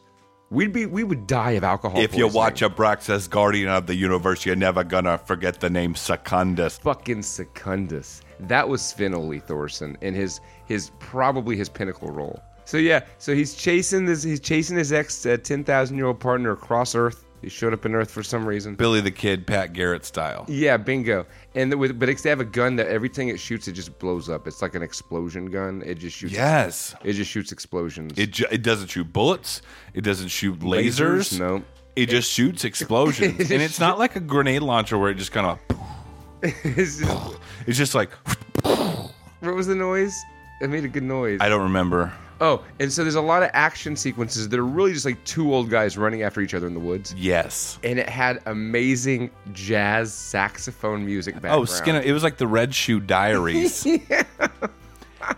Speaker 1: we'd be we would die of alcohol
Speaker 2: if you
Speaker 1: poisoning.
Speaker 2: watch Abraxas, Guardian of the Universe, you're never gonna forget the name Secundus.
Speaker 1: fucking Secundus. That was Sven Ole Thorson in his his probably his pinnacle role. So yeah, so he's chasing this he's chasing his ex uh, ten thousand year old partner across Earth. He showed up in Earth for some reason.
Speaker 2: Billy the Kid, Pat Garrett style.
Speaker 1: Yeah, bingo. And the, with, but it's, they have a gun that everything it shoots, it just blows up. It's like an explosion gun. It just shoots.
Speaker 2: Yes,
Speaker 1: It just shoots explosions.
Speaker 2: it ju- it doesn't shoot bullets. It doesn't shoot lasers.
Speaker 1: No.
Speaker 2: It just shoots explosions,
Speaker 1: just
Speaker 2: and it's not like a grenade launcher where it just kind of.
Speaker 1: It's just-
Speaker 2: It's just like
Speaker 1: what was the noise? It made a good noise.
Speaker 2: I don't remember.
Speaker 1: oh, and so there's a lot of action sequences that are really just like two old guys running after each other in the woods.
Speaker 2: Yes.
Speaker 1: and it had amazing jazz saxophone music background.
Speaker 2: Oh, Skinner. It was like the Red Shoe Diaries.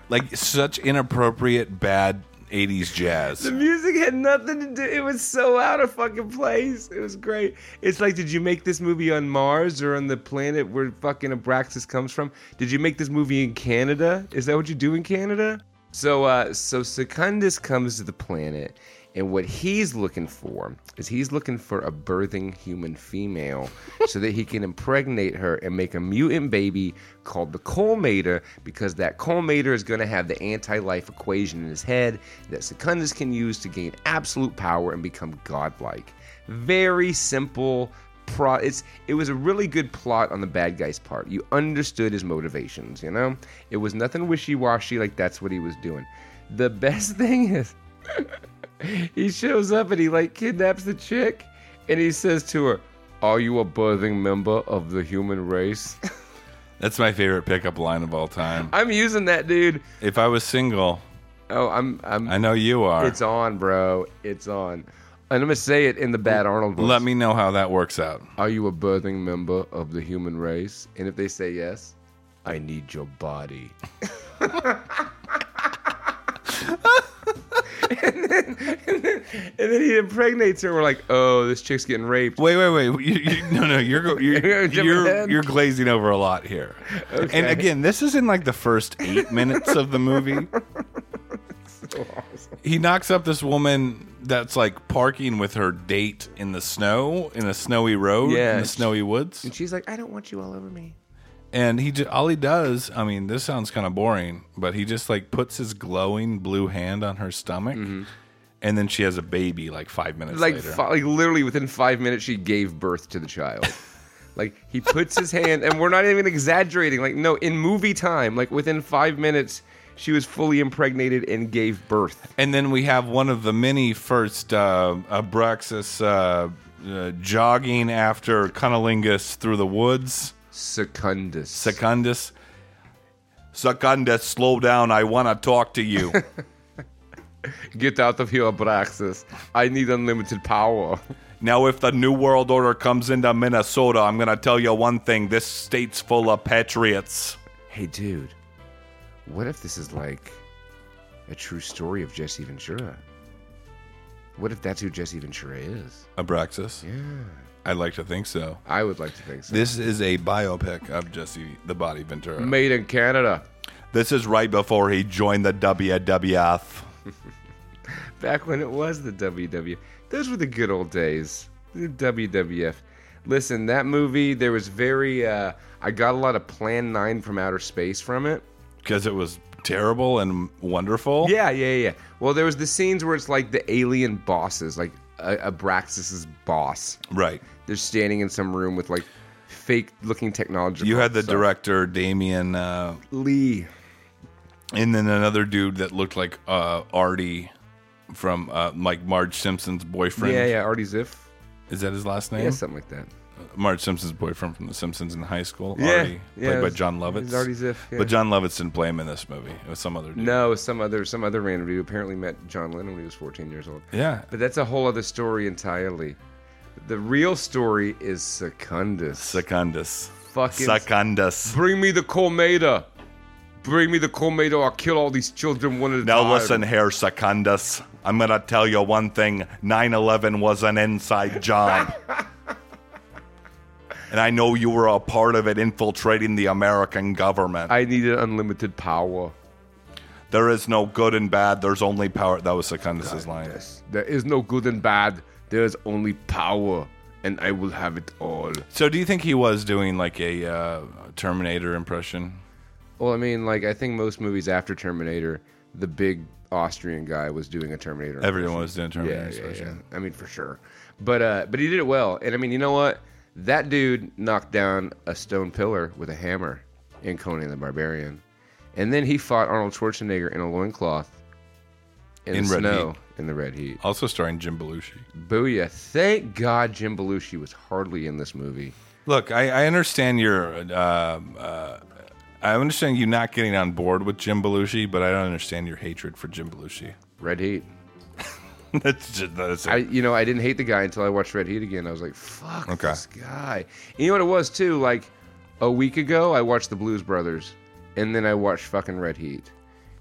Speaker 2: Like such inappropriate, bad '80s jazz.
Speaker 1: The music had nothing to do. It was so out of fucking place. It was great. It's like, did you make this movie on Mars or on the planet where fucking Abraxas comes from? Did you make this movie in Canada? Is that what you do in Canada? So, uh, so Secundus comes to the planet, and what he's looking for is he's looking for a birthing human female so that he can impregnate her and make a mutant baby called the Colmater because that Colmater is going to have the anti life equation in his head that Secundus can use to gain absolute power and become godlike. Very simple. Pro- it's it was a really good plot on the bad guy's part. You understood his motivations, you know. It was nothing wishy-washy like that's what he was doing. The best thing is he shows up and he like kidnaps the chick and he says to her, Are you a birthing member of the human race?
Speaker 2: That's my favorite pickup line of all time.
Speaker 1: I'm using that dude.
Speaker 2: If I was single,
Speaker 1: Oh, I'm I'm
Speaker 2: I know you are.
Speaker 1: it's on, bro. It's on. And I'm gonna say it in the bad Arnold voice.
Speaker 2: Let me know how that works out.
Speaker 1: Are you a birthing member of the human race? And if they say yes, I need your body. and, then, and then he impregnates her. We're like, oh, this chick's getting raped.
Speaker 2: Wait, wait, wait! You, you, no, no, you're go- you're
Speaker 1: Jump
Speaker 2: you're,
Speaker 1: ahead.
Speaker 2: you're glazing over a lot here. And
Speaker 1: Okay.
Speaker 2: again, this is in like the first eight minutes of the movie. He knocks up this woman that's like parking with her date in the snow in a snowy road
Speaker 1: Yeah.
Speaker 2: in the snowy woods,
Speaker 1: And she's like, I don't want you all over me.
Speaker 2: and he ju- all he does. I mean, this sounds kind of boring, but he just like puts his glowing blue hand on her stomach, and then she has a baby like five minutes
Speaker 1: Mm-hmm. Like,
Speaker 2: later.
Speaker 1: fi- like literally within five minutes, she gave birth to the child. like he puts his hand, and we're not even exaggerating. Like no, in movie time, like within five minutes, she was fully impregnated and gave birth.
Speaker 2: And then we have one of the many first uh, Abraxas uh, uh, jogging after Cunnilingus through the woods.
Speaker 1: Secundus.
Speaker 2: Secundus. Secundus, slow down. I want to talk to you.
Speaker 1: Get out of here, Abraxas. I need unlimited power.
Speaker 2: now, if the New World Order comes into Minnesota, I'm going to tell you one thing this state's full of patriots.
Speaker 1: Hey, dude, what if this is like a true story of Jesse Ventura? What if that's who Jesse Ventura is?
Speaker 2: Abraxas? Yeah. I'd like to think so.
Speaker 1: I would like to think so.
Speaker 2: This is a biopic of Jesse the Body Ventura.
Speaker 1: Made in Canada.
Speaker 2: This is right before he joined the WWF.
Speaker 1: Back when it was the WW. Those were the good old days. The WWF. Listen, that movie, there was very. Uh, I got a lot of Plan 9 from Outer Space from it.
Speaker 2: because it was terrible and wonderful.
Speaker 1: Yeah, yeah, yeah. Well, there was the scenes where it's like the alien bosses, like uh, Abraxas's boss.
Speaker 2: right.
Speaker 1: They're standing in some room with like fake-looking technology.
Speaker 2: You had the
Speaker 1: stuff.
Speaker 2: director Damien, uh,
Speaker 1: Lee.
Speaker 2: and then another dude that looked like uh, Artie from uh, like Marge Simpson's boyfriend.
Speaker 1: Yeah, yeah. Artie Ziff.
Speaker 2: Is that his last name?
Speaker 1: Yeah, something like that.
Speaker 2: Marge Simpson's boyfriend from The Simpsons in high school.
Speaker 1: Yeah,
Speaker 2: Artie,
Speaker 1: yeah,
Speaker 2: played by
Speaker 1: it's-
Speaker 2: John Lovitz.
Speaker 1: it's Artie Ziff, yeah.
Speaker 2: But John Lovitz didn't play him in this movie. It was some other dude.
Speaker 1: No, some other some other random dude apparently met John Lennon when he was 14 years old.
Speaker 2: Yeah.
Speaker 1: But that's a whole other story entirely. The real story is Secundus.
Speaker 2: Secundus.
Speaker 1: Fucking-
Speaker 2: Secundus.
Speaker 1: Bring me the Colmada. Bring me the Colmada. I'll kill all these children one at a
Speaker 2: Now
Speaker 1: time.
Speaker 2: listen here, Secundus. I'm gonna tell you one thing. 9/11 was an inside job. and I know you were a part of it infiltrating the American government.
Speaker 1: I needed unlimited power.
Speaker 2: there is no good and bad, there's only power. That was Secundus's line.
Speaker 1: There is no good and bad. There is only power, and I will have it all.
Speaker 2: So do you think he was doing like a uh, Terminator impression?
Speaker 1: Well, I mean, like I think most movies after Terminator, the big Austrian guy was doing a Terminator.
Speaker 2: Everyone was doing a
Speaker 1: impression.
Speaker 2: Terminator
Speaker 1: yeah, yeah,
Speaker 2: impression.
Speaker 1: yeah. I mean, for sure. But uh, but he did it well, and I mean, you know what? That dude knocked down a stone pillar with a hammer in Conan the Barbarian, and then he fought Arnold Schwarzenegger in a loincloth in,
Speaker 2: In
Speaker 1: the
Speaker 2: red
Speaker 1: snow
Speaker 2: heat.
Speaker 1: in the red heat.
Speaker 2: Also starring Jim Belushi.
Speaker 1: Booyah! Thank God Jim Belushi was hardly in this movie.
Speaker 2: Look, I, I understand your. Uh, uh, I understand you not getting on board with Jim Belushi, but I don't understand your hatred for Jim Belushi.
Speaker 1: Red Heat.
Speaker 2: that's just that's
Speaker 1: I
Speaker 2: it.
Speaker 1: you know I didn't hate the guy until I watched Red Heat again. I was like, fuck
Speaker 2: Okay.
Speaker 1: this guy. And you know what it was too? Like a week ago, I watched the Blues Brothers, and then I watched fucking Red Heat,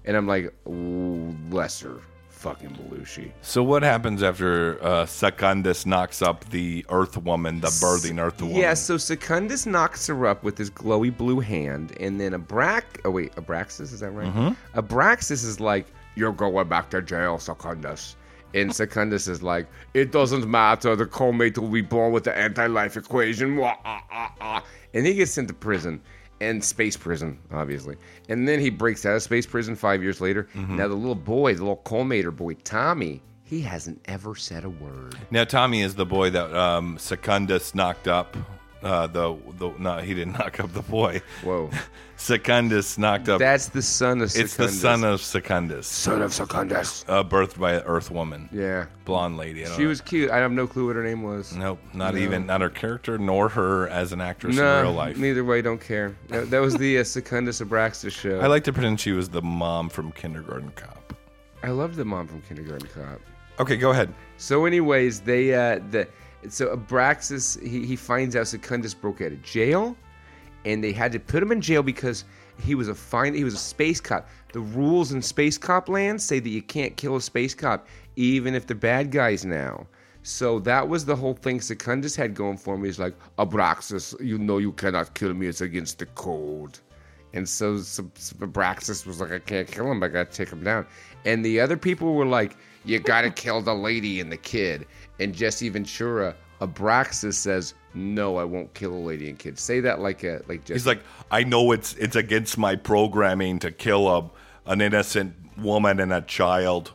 Speaker 1: and I'm like, "Ooh, lesser fucking Belushi.
Speaker 2: So what happens after uh, Secundus knocks up the Earth Woman, the birthing Earth Woman?
Speaker 1: Yeah, so Secundus knocks her up with his glowy blue hand, and then Abrax. Oh wait, Abraxas is that right?
Speaker 2: Mm-hmm.
Speaker 1: Abraxas is like, "You're going back to jail, Secundus." And Secundus is like, "It doesn't matter. The comate will be born with the anti-life equation." Wah, ah, ah, ah. And he gets sent to prison, and space prison, obviously. And then he breaks out of space prison five years later.
Speaker 2: Mm-hmm.
Speaker 1: Now the little boy, the little colmater boy, Tommy, he hasn't ever said a word.
Speaker 2: Now Tommy is the boy that um, Secundus knocked up. Uh, the the no, he didn't knock up the boy.
Speaker 1: Whoa.
Speaker 2: Secundus knocked up.
Speaker 1: That's the son of
Speaker 2: it's
Speaker 1: Secundus.
Speaker 2: the son of Secundus,
Speaker 1: Son of Secundus.
Speaker 2: uh, birthed by an Earth Woman,
Speaker 1: Yeah.
Speaker 2: blonde lady. I don't
Speaker 1: She
Speaker 2: know.
Speaker 1: was cute. I have no clue what her name was.
Speaker 2: Nope, not even not her character nor her as an actress
Speaker 1: Nah,
Speaker 2: in real life.
Speaker 1: neither way, don't care. That, that was the uh, Secundus Abraxas show.
Speaker 2: I like to pretend she was the mom from Kindergarten Cop.
Speaker 1: I loved the mom from Kindergarten Cop.
Speaker 2: Okay, go ahead.
Speaker 1: So, anyways, they uh, the so Abraxas he, he finds out Secundus broke out of jail, and they had to put him in jail because he was a fine he was a space cop. The rules in Space Cop Land say that you can't kill a space cop, even if they're bad guys now. So that was the whole thing Secundus had going for me. He's like, Abraxas, you know you cannot kill me. It's against the code. And so Sub- Sub- Abraxas was like, I can't kill him. I got to take him down. And the other people were like, You got to kill the lady and the kid. And Jesse Ventura, Abraxas says, No, I won't kill a lady and kid. Say that like a like Jesse.
Speaker 7: He's like, I know it's it's against my programming to kill a an innocent woman and a child,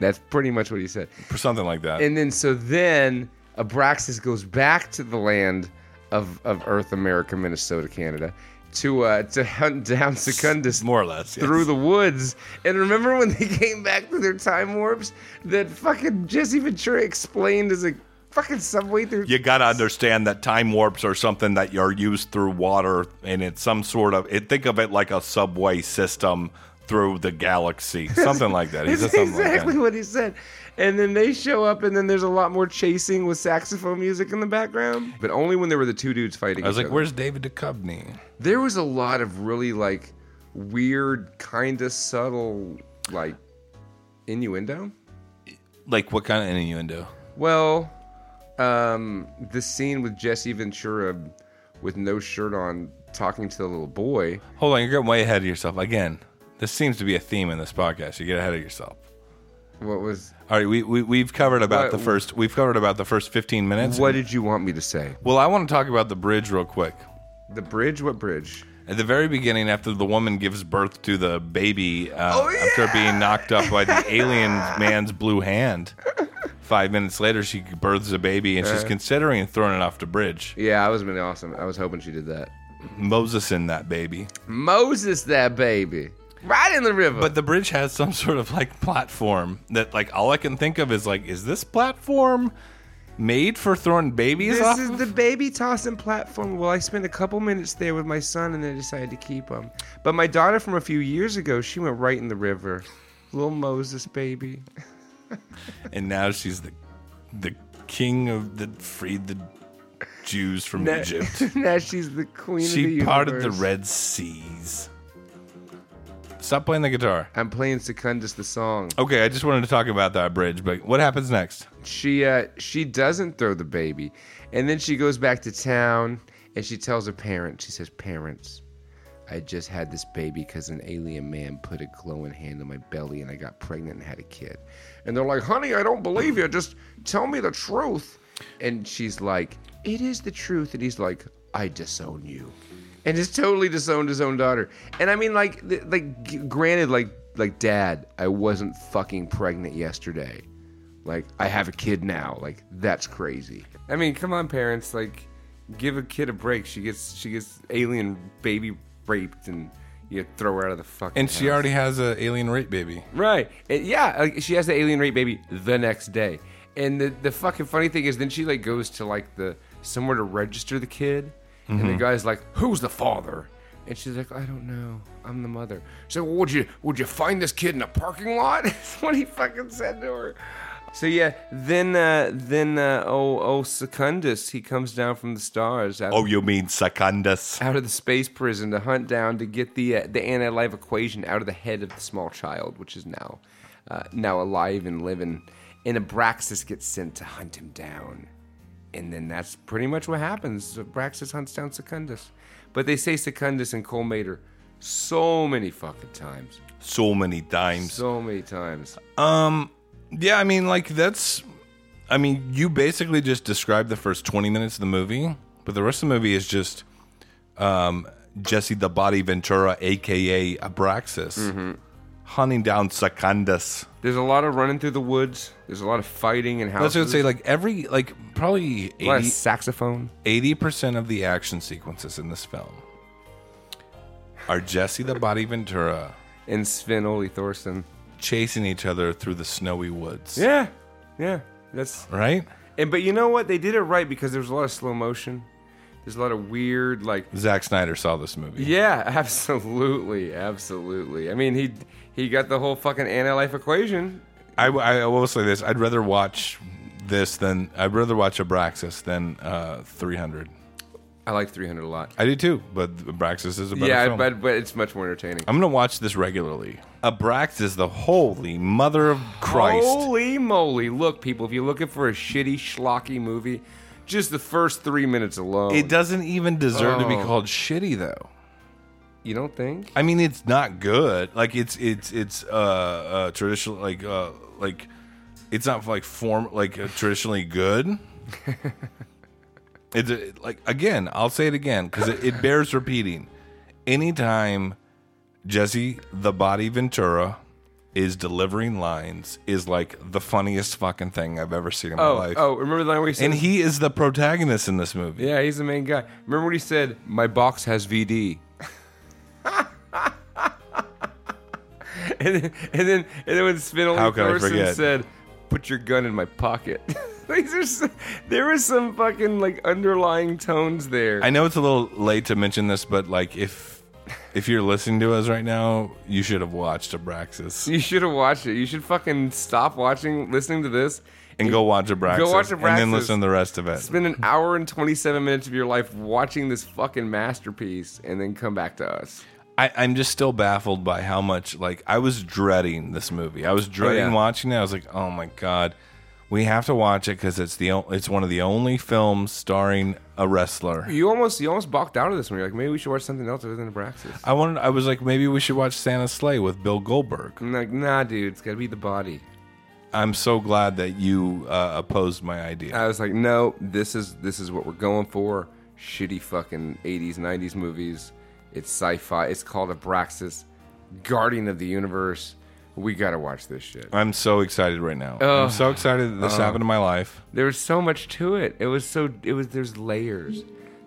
Speaker 1: That's pretty much what he said.
Speaker 7: or something like that.
Speaker 1: And then so then Abraxas goes back to the land of, of Earth, America, Minnesota, Canada, to uh, to hunt down Secundus
Speaker 7: More or less. yes.
Speaker 1: through the woods. And remember when they came back to their time warps that fucking Jesse Ventura explained as a fucking subway through
Speaker 7: you got to understand that time warps are something that are used through water, and it's some sort of. It, think of it like a subway system through the galaxy, something like that. He said
Speaker 1: That's
Speaker 7: something like that.
Speaker 1: exactly what he said. And then they show up, and then there's a lot more chasing with saxophone music in the background, but only when there were the two dudes fighting.
Speaker 2: I was
Speaker 1: each
Speaker 2: like,
Speaker 1: other.
Speaker 2: "Where's David Duchovny?"
Speaker 1: there was a lot of really like weird kind of subtle like innuendo
Speaker 2: Like, what kind of innuendo?
Speaker 1: well um the scene with jesse ventura with no shirt on talking to the little boy
Speaker 2: Hold on, you're getting way ahead of yourself again. This seems to be a theme in this podcast. You get ahead of yourself.
Speaker 1: what was
Speaker 2: All right, we, we we've covered about
Speaker 1: What-
Speaker 2: the first. We've covered about the first 15 minutes.
Speaker 1: what did you want me to say
Speaker 2: Well, I want to talk about the bridge real quick.
Speaker 1: the bridge what bridge
Speaker 2: At the very beginning, after the woman gives birth to the baby, uh,
Speaker 1: Oh,
Speaker 2: after being knocked up by the alien man's blue hand, five minutes later she births a baby and she's considering throwing it off the bridge.
Speaker 1: yeah i was really awesome i was hoping she did that
Speaker 2: Moses in that baby,
Speaker 1: moses that baby right in the river
Speaker 2: but the bridge has some sort of like platform that like all I can think of is like, is this platform made for throwing babies
Speaker 1: This
Speaker 2: off?
Speaker 1: is
Speaker 2: of?
Speaker 1: the baby tossing platform. Well, I spent a couple minutes there with my son, and then decided to keep him. But my daughter from a few years ago, she went right in the river. Little Moses baby.
Speaker 2: and now she's the the king of the freed the Jews from Egypt.
Speaker 1: now she's the queen of the
Speaker 2: She parted the
Speaker 1: universe.
Speaker 2: Red Seas. Stop playing the guitar.
Speaker 1: I'm playing Secundus the song.
Speaker 2: Okay, I just wanted to talk about that bridge, but what happens next?
Speaker 1: She uh, she doesn't throw the baby, and then she goes back to town and she tells her parents. She says, "Parents, I just had this baby because an alien man put a glowing hand on my belly and I got pregnant and had a kid. And they're like, honey, I don't believe you. Just tell me the truth. And she's like, it is the truth. And he's like, I disown you. And has totally disowned his own daughter. And I mean, like, th- like, g- granted, like, like, dad, I wasn't fucking pregnant yesterday. Like, I have a kid now. Like, that's crazy. I mean, come on, parents. Like, give a kid a break. She gets she gets alien baby raped, and you throw her out of the fucking.
Speaker 2: And she
Speaker 1: house.
Speaker 2: already has an alien rape baby.
Speaker 1: right. And yeah, like, she has the alien rape baby the next day. And the the fucking funny thing is, then she like goes to like the somewhere to register the kid, and the guy's like, "Who's the father?" And she's like, "I don't know. I'm the mother." She's like, well, "Would you would you find this kid in a parking lot?" That's what he fucking said to her. So yeah, then uh, then uh, oh oh Secundus he comes down from the stars. After
Speaker 7: Oh, you mean Secundus?
Speaker 1: out of the space prison to hunt down to get the uh, the anti-life equation out of the head of the small child, which is now uh, now alive and living. And Abraxas gets sent to hunt him down, and then that's pretty much what happens. Abraxas hunts down Secundus, but they say Secundus and Colmater so many fucking times,
Speaker 7: So many times.
Speaker 1: so many times.
Speaker 2: Yeah, I mean, like, that's. I mean, you basically just described the first 20 minutes of the movie, but the rest of the movie is just um, Jesse the Body Ventura, aka Abraxas, hunting down Secundus.
Speaker 1: There's a lot of running through the woods. There's a lot of fighting and houses.
Speaker 2: That's what I'd say. Like, every, like, probably
Speaker 1: a lot of
Speaker 2: 80,
Speaker 1: saxophone.
Speaker 2: 80% of the action sequences in this film are Jesse the Body Ventura
Speaker 1: And Sven Ole Thorson.
Speaker 2: chasing each other through the snowy woods.
Speaker 1: Yeah, yeah. That's
Speaker 2: Right?
Speaker 1: And but you know what? They did it right because there was a lot of slow motion. There's a lot of weird like
Speaker 2: Zack Snyder saw this movie.
Speaker 1: Yeah, absolutely, absolutely. I mean, he he got the whole fucking anti-life equation.
Speaker 2: I, I, I will say this I'd rather watch this than. I'd rather watch Abraxas than uh, 300.
Speaker 1: I like 300 a lot.
Speaker 2: I do too, but Abraxas is a better
Speaker 1: yeah,
Speaker 2: film.
Speaker 1: but but it's much more entertaining.
Speaker 2: I'm gonna watch this regularly. Abraxas, the holy mother of Christ.
Speaker 1: Holy moly! Look, people, if you're looking for a shitty schlocky movie, just the first three minutes alone.
Speaker 2: It doesn't even deserve to be
Speaker 1: Oh.
Speaker 2: called shitty though.
Speaker 1: You don't think?
Speaker 2: I mean, it's not good. Like it's it's it's uh, uh traditional like uh like it's not like form like uh, traditionally good. it's uh, like again, I'll say it again because it, it bears repeating. Anytime Jesse the Body Ventura is delivering lines is like the funniest fucking thing I've ever seen in my
Speaker 1: Oh,
Speaker 2: life.
Speaker 1: oh, remember the line where he said,
Speaker 2: And he is the protagonist in this movie.
Speaker 1: "Yeah, he's the main guy." Remember when he said, "My box has VD." and, then, and then and then when Spinelli
Speaker 2: How could I
Speaker 1: person
Speaker 2: forget?
Speaker 1: said, "Put your gun in my pocket." These are so, there was some fucking like underlying tones there.
Speaker 2: I know it's a little late to mention this, but like if if you're listening to us right now, you should have watched Abraxas
Speaker 1: you should have watched it. You should fucking stop watching, listening to this.
Speaker 2: and go watch Abraxas,
Speaker 1: Go watch
Speaker 2: and then
Speaker 1: Abraxas.
Speaker 2: listen to the rest of it.
Speaker 1: Spend an hour and 27 minutes of your life watching this fucking masterpiece and then come back to us.
Speaker 2: I, I'm just still baffled by how much like I was dreading this movie. I was dreading
Speaker 1: Oh, yeah.
Speaker 2: watching it. I was like, oh my god, we have to watch it because it's the o- it's one of the only films starring a wrestler.
Speaker 1: You almost you almost balked out of this one. You're like, maybe we should watch something else other than Abraxas.
Speaker 2: I wanted. I was like, maybe we should watch Santa Slay with Bill Goldberg.
Speaker 1: I'm like, nah, dude, it's gotta be the body.
Speaker 2: I'm so glad that you uh, opposed my idea.
Speaker 1: I was like, no, this is this is what we're going for. Shitty fucking 80s, 90s movies. It's sci-fi. It's called Abraxas, Guardian of the Universe. We gotta watch this shit.
Speaker 2: I'm so excited right now. I'm
Speaker 1: Ugh.
Speaker 2: so excited that this happened in my life.
Speaker 1: There was so much to it. It was so it was there's layers.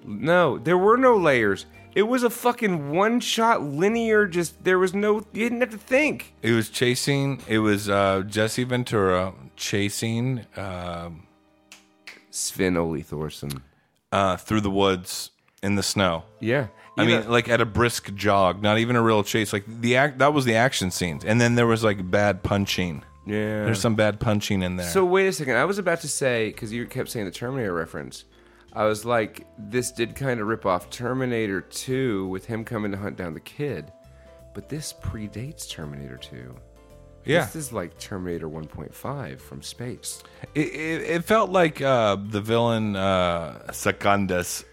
Speaker 1: No, there were no layers. It was a fucking one shot linear just there was no you didn't have to think.
Speaker 2: It was chasing. It was uh, Jesse Ventura chasing uh,
Speaker 1: Sven Ole Thorson.
Speaker 2: uh, through the woods in the snow.
Speaker 1: Yeah.
Speaker 2: I
Speaker 1: You
Speaker 2: mean,
Speaker 1: know-
Speaker 2: like at a brisk jog, not even a real chase. Like the act that was the action scenes, and then there was like bad punching.
Speaker 1: Yeah.
Speaker 2: There's some bad punching in there.
Speaker 1: So wait a second. I was about to say because you kept saying the Terminator reference. I was like, this did kind of rip off Terminator 2 with him coming to hunt down the kid, but this predates Terminator 2.
Speaker 2: yeah,
Speaker 1: This is like Terminator 1.5 from space.
Speaker 2: it, it, it felt like uh, the villain uh, Secundus.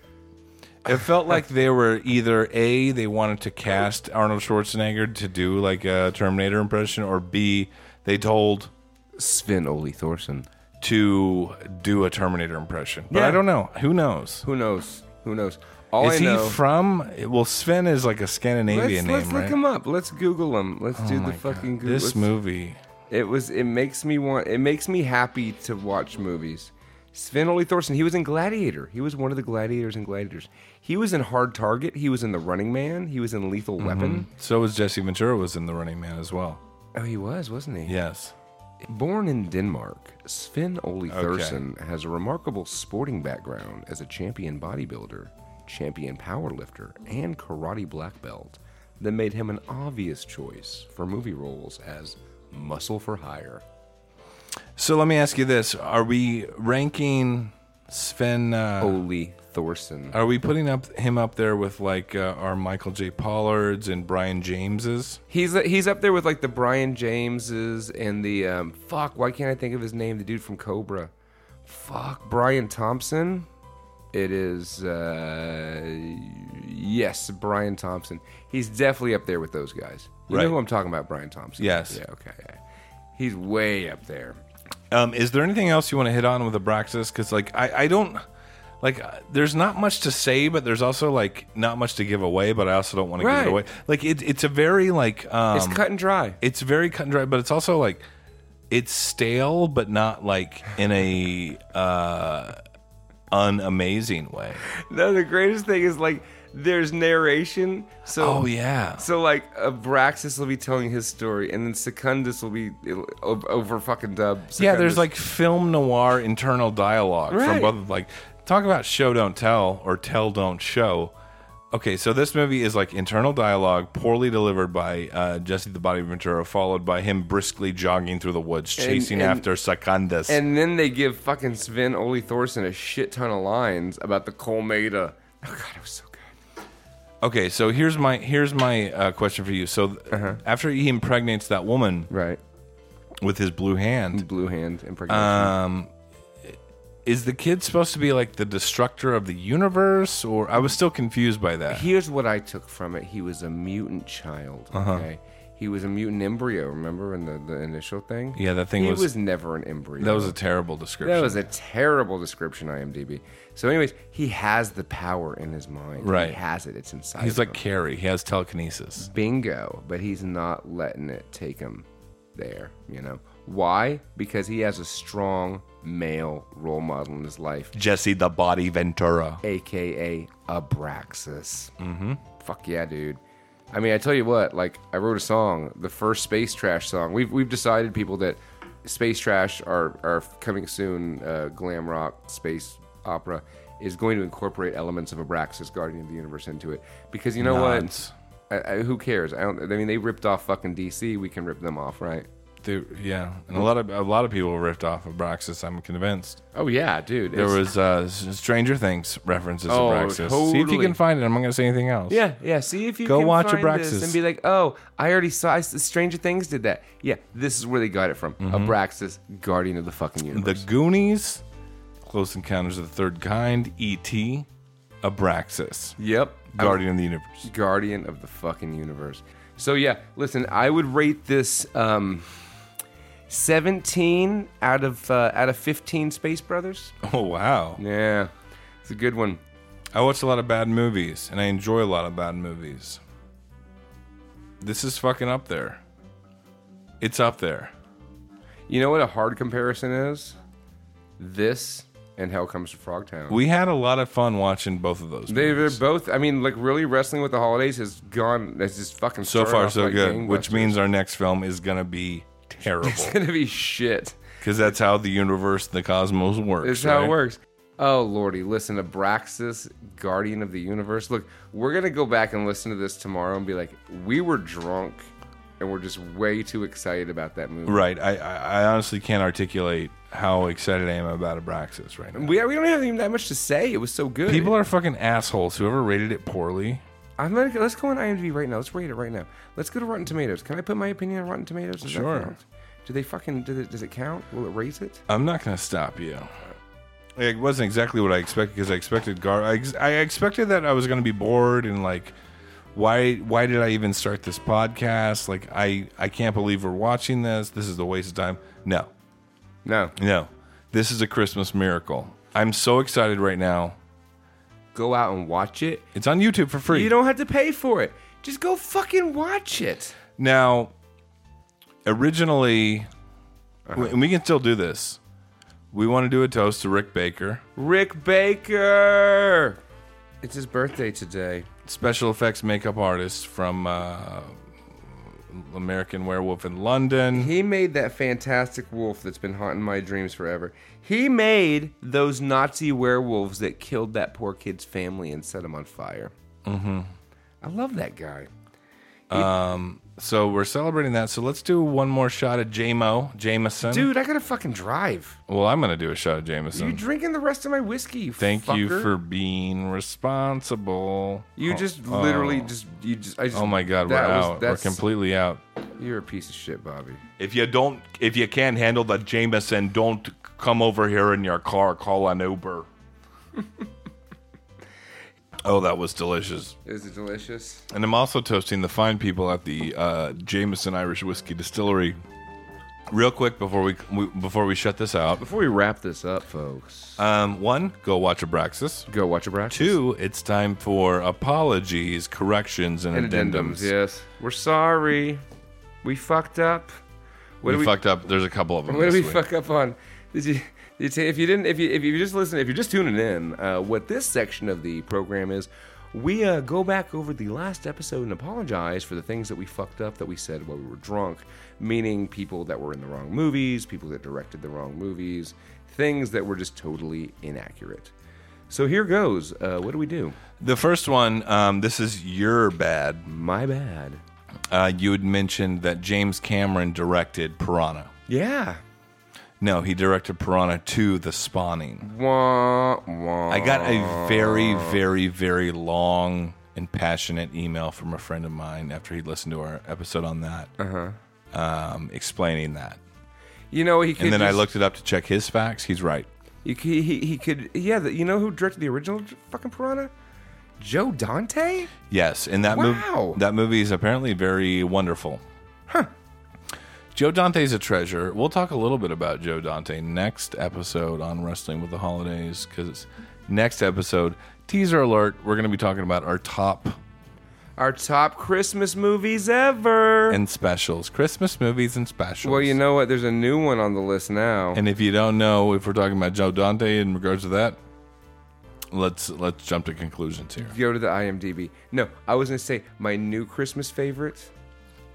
Speaker 2: It felt like they were either a they wanted to cast Arnold Schwarzenegger to do like a Terminator impression, or b they told
Speaker 1: Sven Ole Thorson.
Speaker 2: to do a Terminator impression. But
Speaker 1: Yeah.
Speaker 2: I don't know. Who knows?
Speaker 1: Who knows? Who knows? All
Speaker 2: is
Speaker 1: I know.
Speaker 2: he from? Well, Sven is like a
Speaker 1: let's
Speaker 2: Scandinavian
Speaker 1: let's
Speaker 2: name,
Speaker 1: look
Speaker 2: right?
Speaker 1: him up. Let's Google him. Let's
Speaker 2: Oh
Speaker 1: do
Speaker 2: my
Speaker 1: the
Speaker 2: God.
Speaker 1: fucking Google.
Speaker 2: This
Speaker 1: let's-
Speaker 2: movie.
Speaker 1: It was. It makes me want. It makes me happy to watch movies. Sven Ole Thorson. He was in Gladiator. He was one of the gladiators in Gladiators. He was in Hard Target. He was in The Running Man. He was in Lethal Weapon.
Speaker 2: So was Jesse Ventura was in The Running Man as well.
Speaker 1: Oh, he was, wasn't he?
Speaker 2: Yes.
Speaker 1: Born in Denmark, Sven Ole Thorsen has a remarkable sporting background as a champion bodybuilder, champion powerlifter, and karate black belt that made him an obvious choice for movie roles as muscle for hire.
Speaker 2: So let me ask you this: Are we ranking Sven? Uh,
Speaker 1: Ole Thorsen.
Speaker 2: Are we putting up him up there with like uh, our Michael J. Pollards and Brian Jameses?
Speaker 1: He's uh, he's up there with like the Brian Jameses and the um, fuck. Why can't I think of his name? The dude from Cobra. Fuck Brian Thompson. It is uh, yes, Brian Thompson. He's definitely up there with those guys. You
Speaker 2: Right.
Speaker 1: know who I'm talking about, Brian Thompson.
Speaker 2: Yes.
Speaker 1: Yeah. Okay. yeah. He's way up there.
Speaker 2: Um, is there anything else you want to hit on with Abraxas? Because like I, I don't like uh, there's not much to say, but there's also like not much to give away. But I also don't want to give
Speaker 1: Right.
Speaker 2: it away. Like it, it's a very like um,
Speaker 1: It's cut and dry.
Speaker 2: it's very cut and dry, but it's also like it's stale, but not like in a uh, unamazing way.
Speaker 1: No, the greatest thing is like there's narration. So
Speaker 2: Oh yeah,
Speaker 1: So like Abraxas will be telling his story, and then Secundus will be it'll- over, over fucking dub.
Speaker 2: yeah. There's
Speaker 1: Secundus.
Speaker 2: like film noir internal dialogue from
Speaker 1: Right.
Speaker 2: both. Like talk about show don't tell or tell don't show. Okay, so this movie is like internal dialogue, poorly delivered by uh, Jesse the Body Ventura, followed by him briskly jogging through the woods, chasing
Speaker 1: and-
Speaker 2: after Secundus.
Speaker 1: and then they give fucking Sven Ole Thorson a shit ton of lines about the Colmada Oh god, it was so good.
Speaker 2: Okay, so here's my here's my uh, question for you. So th-
Speaker 1: Uh-huh.
Speaker 2: after he impregnates that woman
Speaker 1: Right,
Speaker 2: with his blue hand,
Speaker 1: blue hand impregnation.
Speaker 2: um, is the kid supposed to be like the destructor of the universe, or I was still confused by that.
Speaker 1: Here's what I took from it. He was a mutant child.
Speaker 2: Uh-huh.
Speaker 1: Okay. He was a mutant embryo. Remember in the, the initial thing?
Speaker 2: Yeah, that thing
Speaker 1: he
Speaker 2: was-
Speaker 1: was never an embryo.
Speaker 2: that was a terrible description.
Speaker 1: That was a terrible description, IMDb. So, anyways, he has the power in his mind.
Speaker 2: Right.
Speaker 1: He has it. It's inside.
Speaker 2: He's
Speaker 1: of
Speaker 2: like
Speaker 1: him.
Speaker 2: Carrie. He has telekinesis.
Speaker 1: bingo, but he's not letting it take him there. You know why? Because he has a strong male role model in his life,
Speaker 8: Jesse the Body Ventura.
Speaker 1: aka Abraxas. Mm-hmm. Fuck yeah, dude. I mean, I tell you what, like I wrote a song, the first space trash song. We've we've decided people that space trash are are coming soon. Uh, glam rock space opera is going to incorporate elements of Abraxas, Guardian of the Universe, into it because you know
Speaker 2: Nods.
Speaker 1: what? I, I, who cares? I don't. I mean, they ripped off fucking DC. We can rip them off, right?
Speaker 2: They- yeah, and a lot of a lot of people ripped off of Braxis. I'm convinced.
Speaker 1: Oh yeah, dude.
Speaker 2: There
Speaker 1: It's-
Speaker 2: was uh, S- Stranger Things references
Speaker 1: Oh,
Speaker 2: to Braxis. See if you
Speaker 1: totally.
Speaker 2: can find it. I'm not gonna say anything else.
Speaker 1: Yeah, yeah. See if you
Speaker 2: Go
Speaker 1: can
Speaker 2: watch
Speaker 1: find
Speaker 2: Abraxas.
Speaker 1: this and be like, oh, I already saw I, Stranger Things did that. Yeah, this is where they got it from. Abraxas, Guardian of the fucking
Speaker 2: Mm-hmm. The
Speaker 1: universe.
Speaker 2: Goonies, Close Encounters of the Third Kind, E E.T., Abraxas,
Speaker 1: yep,
Speaker 2: Guardian of the Universe.
Speaker 1: Guardian of the fucking universe. So yeah, listen, I would rate this um, seventeen out of uh, out of fifteen Space Brothers.
Speaker 2: Oh wow!
Speaker 1: Yeah, it's a good one.
Speaker 2: I watch a lot of bad movies, and I enjoy a lot of bad movies. This is fucking up there. It's up there.
Speaker 1: You know what a hard comparison is? This and Hell Comes to Frogtown.
Speaker 2: We had a lot of fun watching both of those.
Speaker 1: They, they're
Speaker 2: movies.
Speaker 1: both. I mean, like really, wrestling with the holidays has gone. That's just fucking
Speaker 2: so
Speaker 1: started
Speaker 2: far
Speaker 1: off
Speaker 2: so
Speaker 1: like
Speaker 2: good, which
Speaker 1: gangbusters.
Speaker 2: means our next film is gonna be terrible
Speaker 1: it's gonna be shit.
Speaker 2: because that's how the universe, the cosmos works.
Speaker 1: It's how
Speaker 2: right?
Speaker 1: it works. Oh lordy, listen, Abraxas, Guardian of the Universe. Look, we're gonna go back and listen to this tomorrow and be like, we were drunk, and we're just way too excited about that movie.
Speaker 2: Right. I, I I honestly can't articulate how excited I am about Abraxas right now.
Speaker 1: We, we don't have even that much to say. It was so good.
Speaker 2: People are fucking assholes. Whoever rated it poorly.
Speaker 1: I'm gonna, let's go on IMDb right now. Let's rate it right now. Let's go to Rotten Tomatoes. Can I put my opinion on Rotten Tomatoes? Does that
Speaker 2: Sure.
Speaker 1: count? Do they fucking do they, does it count? Will it raise it?
Speaker 2: I'm not gonna stop you. It wasn't exactly what I expected because I expected gar. I, ex- I expected that I was gonna be bored and like, why why did I even start this podcast? Like I I can't believe we're watching this. This is a waste of time. No,
Speaker 1: No.
Speaker 2: no, this is a Christmas miracle. I'm so excited right now.
Speaker 1: Go out and watch it.
Speaker 2: It's on YouTube for free.
Speaker 1: You don't have to pay for it. Just go fucking watch it.
Speaker 2: Now, originally, we- and we can still do this. We want to do a toast to Rick Baker.
Speaker 1: Rick Baker. It's his birthday today.
Speaker 2: special effects makeup artist from uh, American Werewolf in London.
Speaker 1: He made that fantastic wolf that's been haunting my dreams forever. He made those Nazi werewolves that killed that poor kid's family and set him on fire. Mm-hmm. I love that guy.
Speaker 2: So we're celebrating that. So let's do one more shot of JMO, Jameson.
Speaker 1: Dude, I gotta fucking drive.
Speaker 2: Well, I'm going to do a shot of
Speaker 1: You
Speaker 2: Jameson.
Speaker 1: drinking the rest of my whiskey? You
Speaker 2: Thank you
Speaker 1: fucker.
Speaker 2: for being responsible.
Speaker 1: You
Speaker 2: Oh,
Speaker 1: just
Speaker 2: oh.
Speaker 1: literally just you just I just
Speaker 2: Oh my God, we're
Speaker 1: that was-
Speaker 2: out. We're
Speaker 1: that's-
Speaker 2: completely out.
Speaker 1: You're a piece of shit, Bobby.
Speaker 8: If you don't, if you can't handle the Jameson, don't come over here in your car. Call an Uber.
Speaker 2: Oh, that was delicious.
Speaker 1: Is it delicious?
Speaker 2: And I'm also toasting the fine people at the uh, Jameson Irish Whiskey Distillery. Real quick before we, we before we shut this out,
Speaker 1: Before we wrap this up, folks,
Speaker 2: Um, one, go watch Abraxas.
Speaker 1: go watch a bracket.
Speaker 2: Two, it's time for apologies, corrections, and,
Speaker 1: and
Speaker 2: addendums.
Speaker 1: addendums. Yes, we're sorry. We fucked up. What
Speaker 2: we,
Speaker 1: did we?
Speaker 2: fucked up. There's a couple of them.
Speaker 1: what did
Speaker 2: this
Speaker 1: we
Speaker 2: week.
Speaker 1: fuck up on? Did you? Did you ta- if you didn't, if you if you just listen, if you're just tuning in, uh, what this section of the program is, we uh, go back over the last episode and apologize for the things that we fucked up that we said while we were drunk, meaning people that were in the wrong movies, people that directed the wrong movies, things that were just totally inaccurate. So here goes. Uh, what do we do?
Speaker 2: The first one, um, this is your bad.
Speaker 1: My bad.
Speaker 2: Uh, you had mentioned that James Cameron directed Piranha.
Speaker 1: Yeah.
Speaker 2: No, he directed Piranha 2, The Spawning.
Speaker 1: Wah, wah,
Speaker 2: I got a
Speaker 1: Oh.
Speaker 2: very, very, very long and passionate email from a friend of mine after he listened to our episode on that,
Speaker 1: Uh-huh.
Speaker 2: um, explaining that.
Speaker 1: You know, he could.
Speaker 2: and then I
Speaker 1: just-
Speaker 2: looked it up to check his facts. He's right.
Speaker 1: You, c- he, he, he could. Yeah, the, you know who directed the original J- fucking Piranha? Joe Dante?
Speaker 2: Yes, and that
Speaker 1: Wow.
Speaker 2: movie that movie is apparently very wonderful. Joe Dante's a treasure. We'll talk a little bit about Joe Dante next episode on Wrestling with the Holidays because next episode teaser alert. We're going to be talking about our top
Speaker 1: Our top Christmas movies ever.
Speaker 2: and specials, Christmas movies and specials.
Speaker 1: well, you know what? There's a new one on the list now.
Speaker 2: And if you don't know if we're talking about Joe Dante in regards to that, let's let's jump to conclusions here.
Speaker 1: Go to the IMDb. No, I was going to say my new Christmas favorite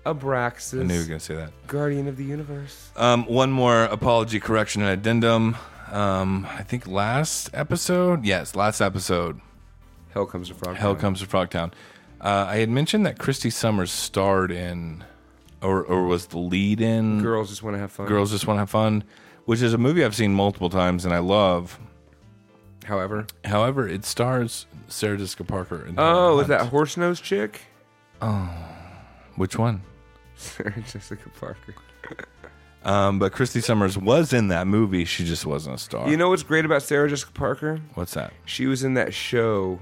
Speaker 1: Abraxas,
Speaker 2: I knew you were going to say that.
Speaker 1: Guardian of the Universe.
Speaker 2: Um, one more apology, correction, and addendum. Um, I think last episode, yes, last episode,
Speaker 1: Hell Comes to Frog.
Speaker 2: Hell
Speaker 1: Town.
Speaker 2: Comes to Frogtown. Uh, I had mentioned that Christy Summers starred in, or, or was the lead in
Speaker 1: Girls just want to have fun.
Speaker 2: Girls Just Want to Have Fun, which is a movie I've seen multiple times and I love.
Speaker 1: However.
Speaker 2: However, it stars Sarah Jessica Parker. and Helen
Speaker 1: Oh, is
Speaker 2: Hunt.
Speaker 1: that horse nose chick?
Speaker 2: Which one?
Speaker 1: Sarah Jessica Parker.
Speaker 2: Um, but Christy Summers was in that movie. She just wasn't a star.
Speaker 1: You know what's great about Sarah Jessica Parker?
Speaker 2: what's that?
Speaker 1: She was in that show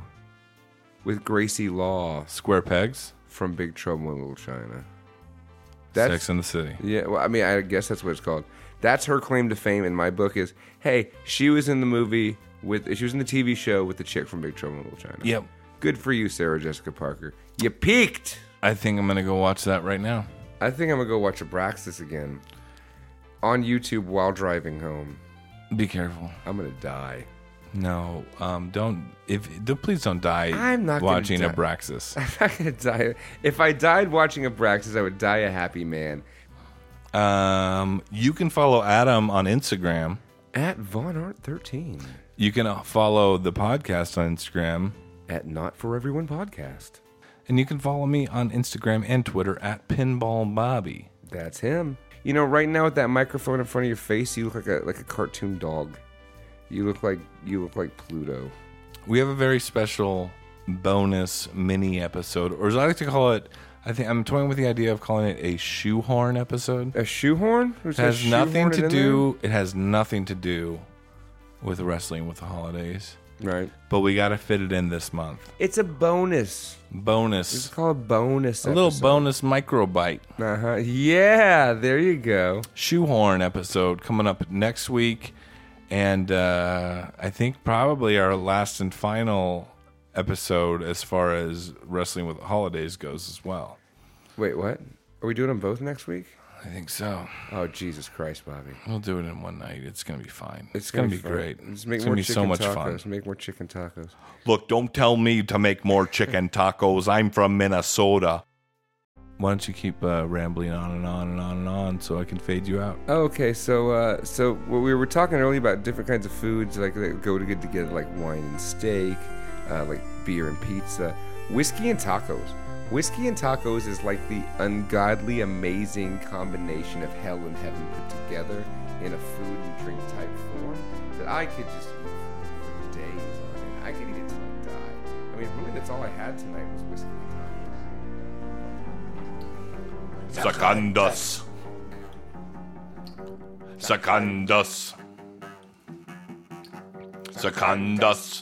Speaker 1: with Gracie Law
Speaker 2: Square Pegs,
Speaker 1: from Big Trouble in Little China.
Speaker 2: Sex in the City.
Speaker 1: yeah. Well, I mean, I guess that's what it's called. That's her claim to fame in my book. Is hey, she was in the movie with she was in the TV show with the chick from Big Trouble in Little China.
Speaker 2: Yep.
Speaker 1: Good for you, Sarah Jessica Parker. You peaked.
Speaker 2: I think I'm gonna go watch that right now.
Speaker 1: I think I'm gonna go watch Abraxas again on YouTube while driving home.
Speaker 2: Be careful.
Speaker 1: I'm gonna die.
Speaker 2: No, um, don't. If don't- please don't die.
Speaker 1: I'm not gonna
Speaker 2: watching
Speaker 1: die.
Speaker 2: Abraxas.
Speaker 1: I'm not gonna die. If I died watching Abraxas, I would die a happy man.
Speaker 2: um, you can follow Adam on Instagram.
Speaker 1: At Von Art 13.
Speaker 2: You can uh, follow the podcast on Instagram,
Speaker 1: At Not For Everyone Podcast.
Speaker 2: and you can follow me on Instagram and Twitter at Pinball Bobby.
Speaker 1: That's him. You know, right now with that microphone in front of your face, you look like a like a cartoon dog. You look like you look like Pluto.
Speaker 2: We have a very special bonus mini episode, or as I like to call it, I think I'm toying with the idea of calling it a shoehorn episode.
Speaker 1: A shoehorn? Who's
Speaker 2: It has
Speaker 1: got shoehorn
Speaker 2: nothing to
Speaker 1: in
Speaker 2: do. It has nothing to do with wrestling with the holidays,
Speaker 1: there? Right.
Speaker 2: but we got to fit it in this month.
Speaker 1: It's a bonus. It's
Speaker 2: Bonus,
Speaker 1: called a bonus.
Speaker 2: a little bonus microbite
Speaker 1: Uh huh. Yeah. There you go.
Speaker 2: shoehorn episode coming up next week, and uh, I think probably our last and final episode as far as wrestling with the holidays goes as well.
Speaker 1: Wait, what? Are we doing them both next week?
Speaker 2: I think so.
Speaker 1: Oh Jesus Christ, Bobby.
Speaker 2: We'll do it in one night. It's gonna be fine. It's, gonna, be
Speaker 1: fun.
Speaker 2: great.
Speaker 1: Let's make
Speaker 2: it's
Speaker 1: more
Speaker 2: gonna be
Speaker 1: chicken
Speaker 2: so much fun.
Speaker 1: tacos. Make more chicken tacos.
Speaker 2: Look, don't tell me to make more chicken tacos. I'm from Minnesota. Why don't you keep uh, rambling on and on and on and on so I can fade you out?
Speaker 1: Oh, Okay, so uh, so what we were talking earlier about different kinds of foods like that go to good together, like wine and steak, uh, like beer and pizza, whiskey and tacos. Whiskey and tacos is like the ungodly, amazing combination of hell and heaven put together in a food and drink type form that I could just eat for days on end. I could eat it till I die. I mean, really, that's all I had tonight was whiskey and tacos.
Speaker 2: Secundus. Secundus. Secundus.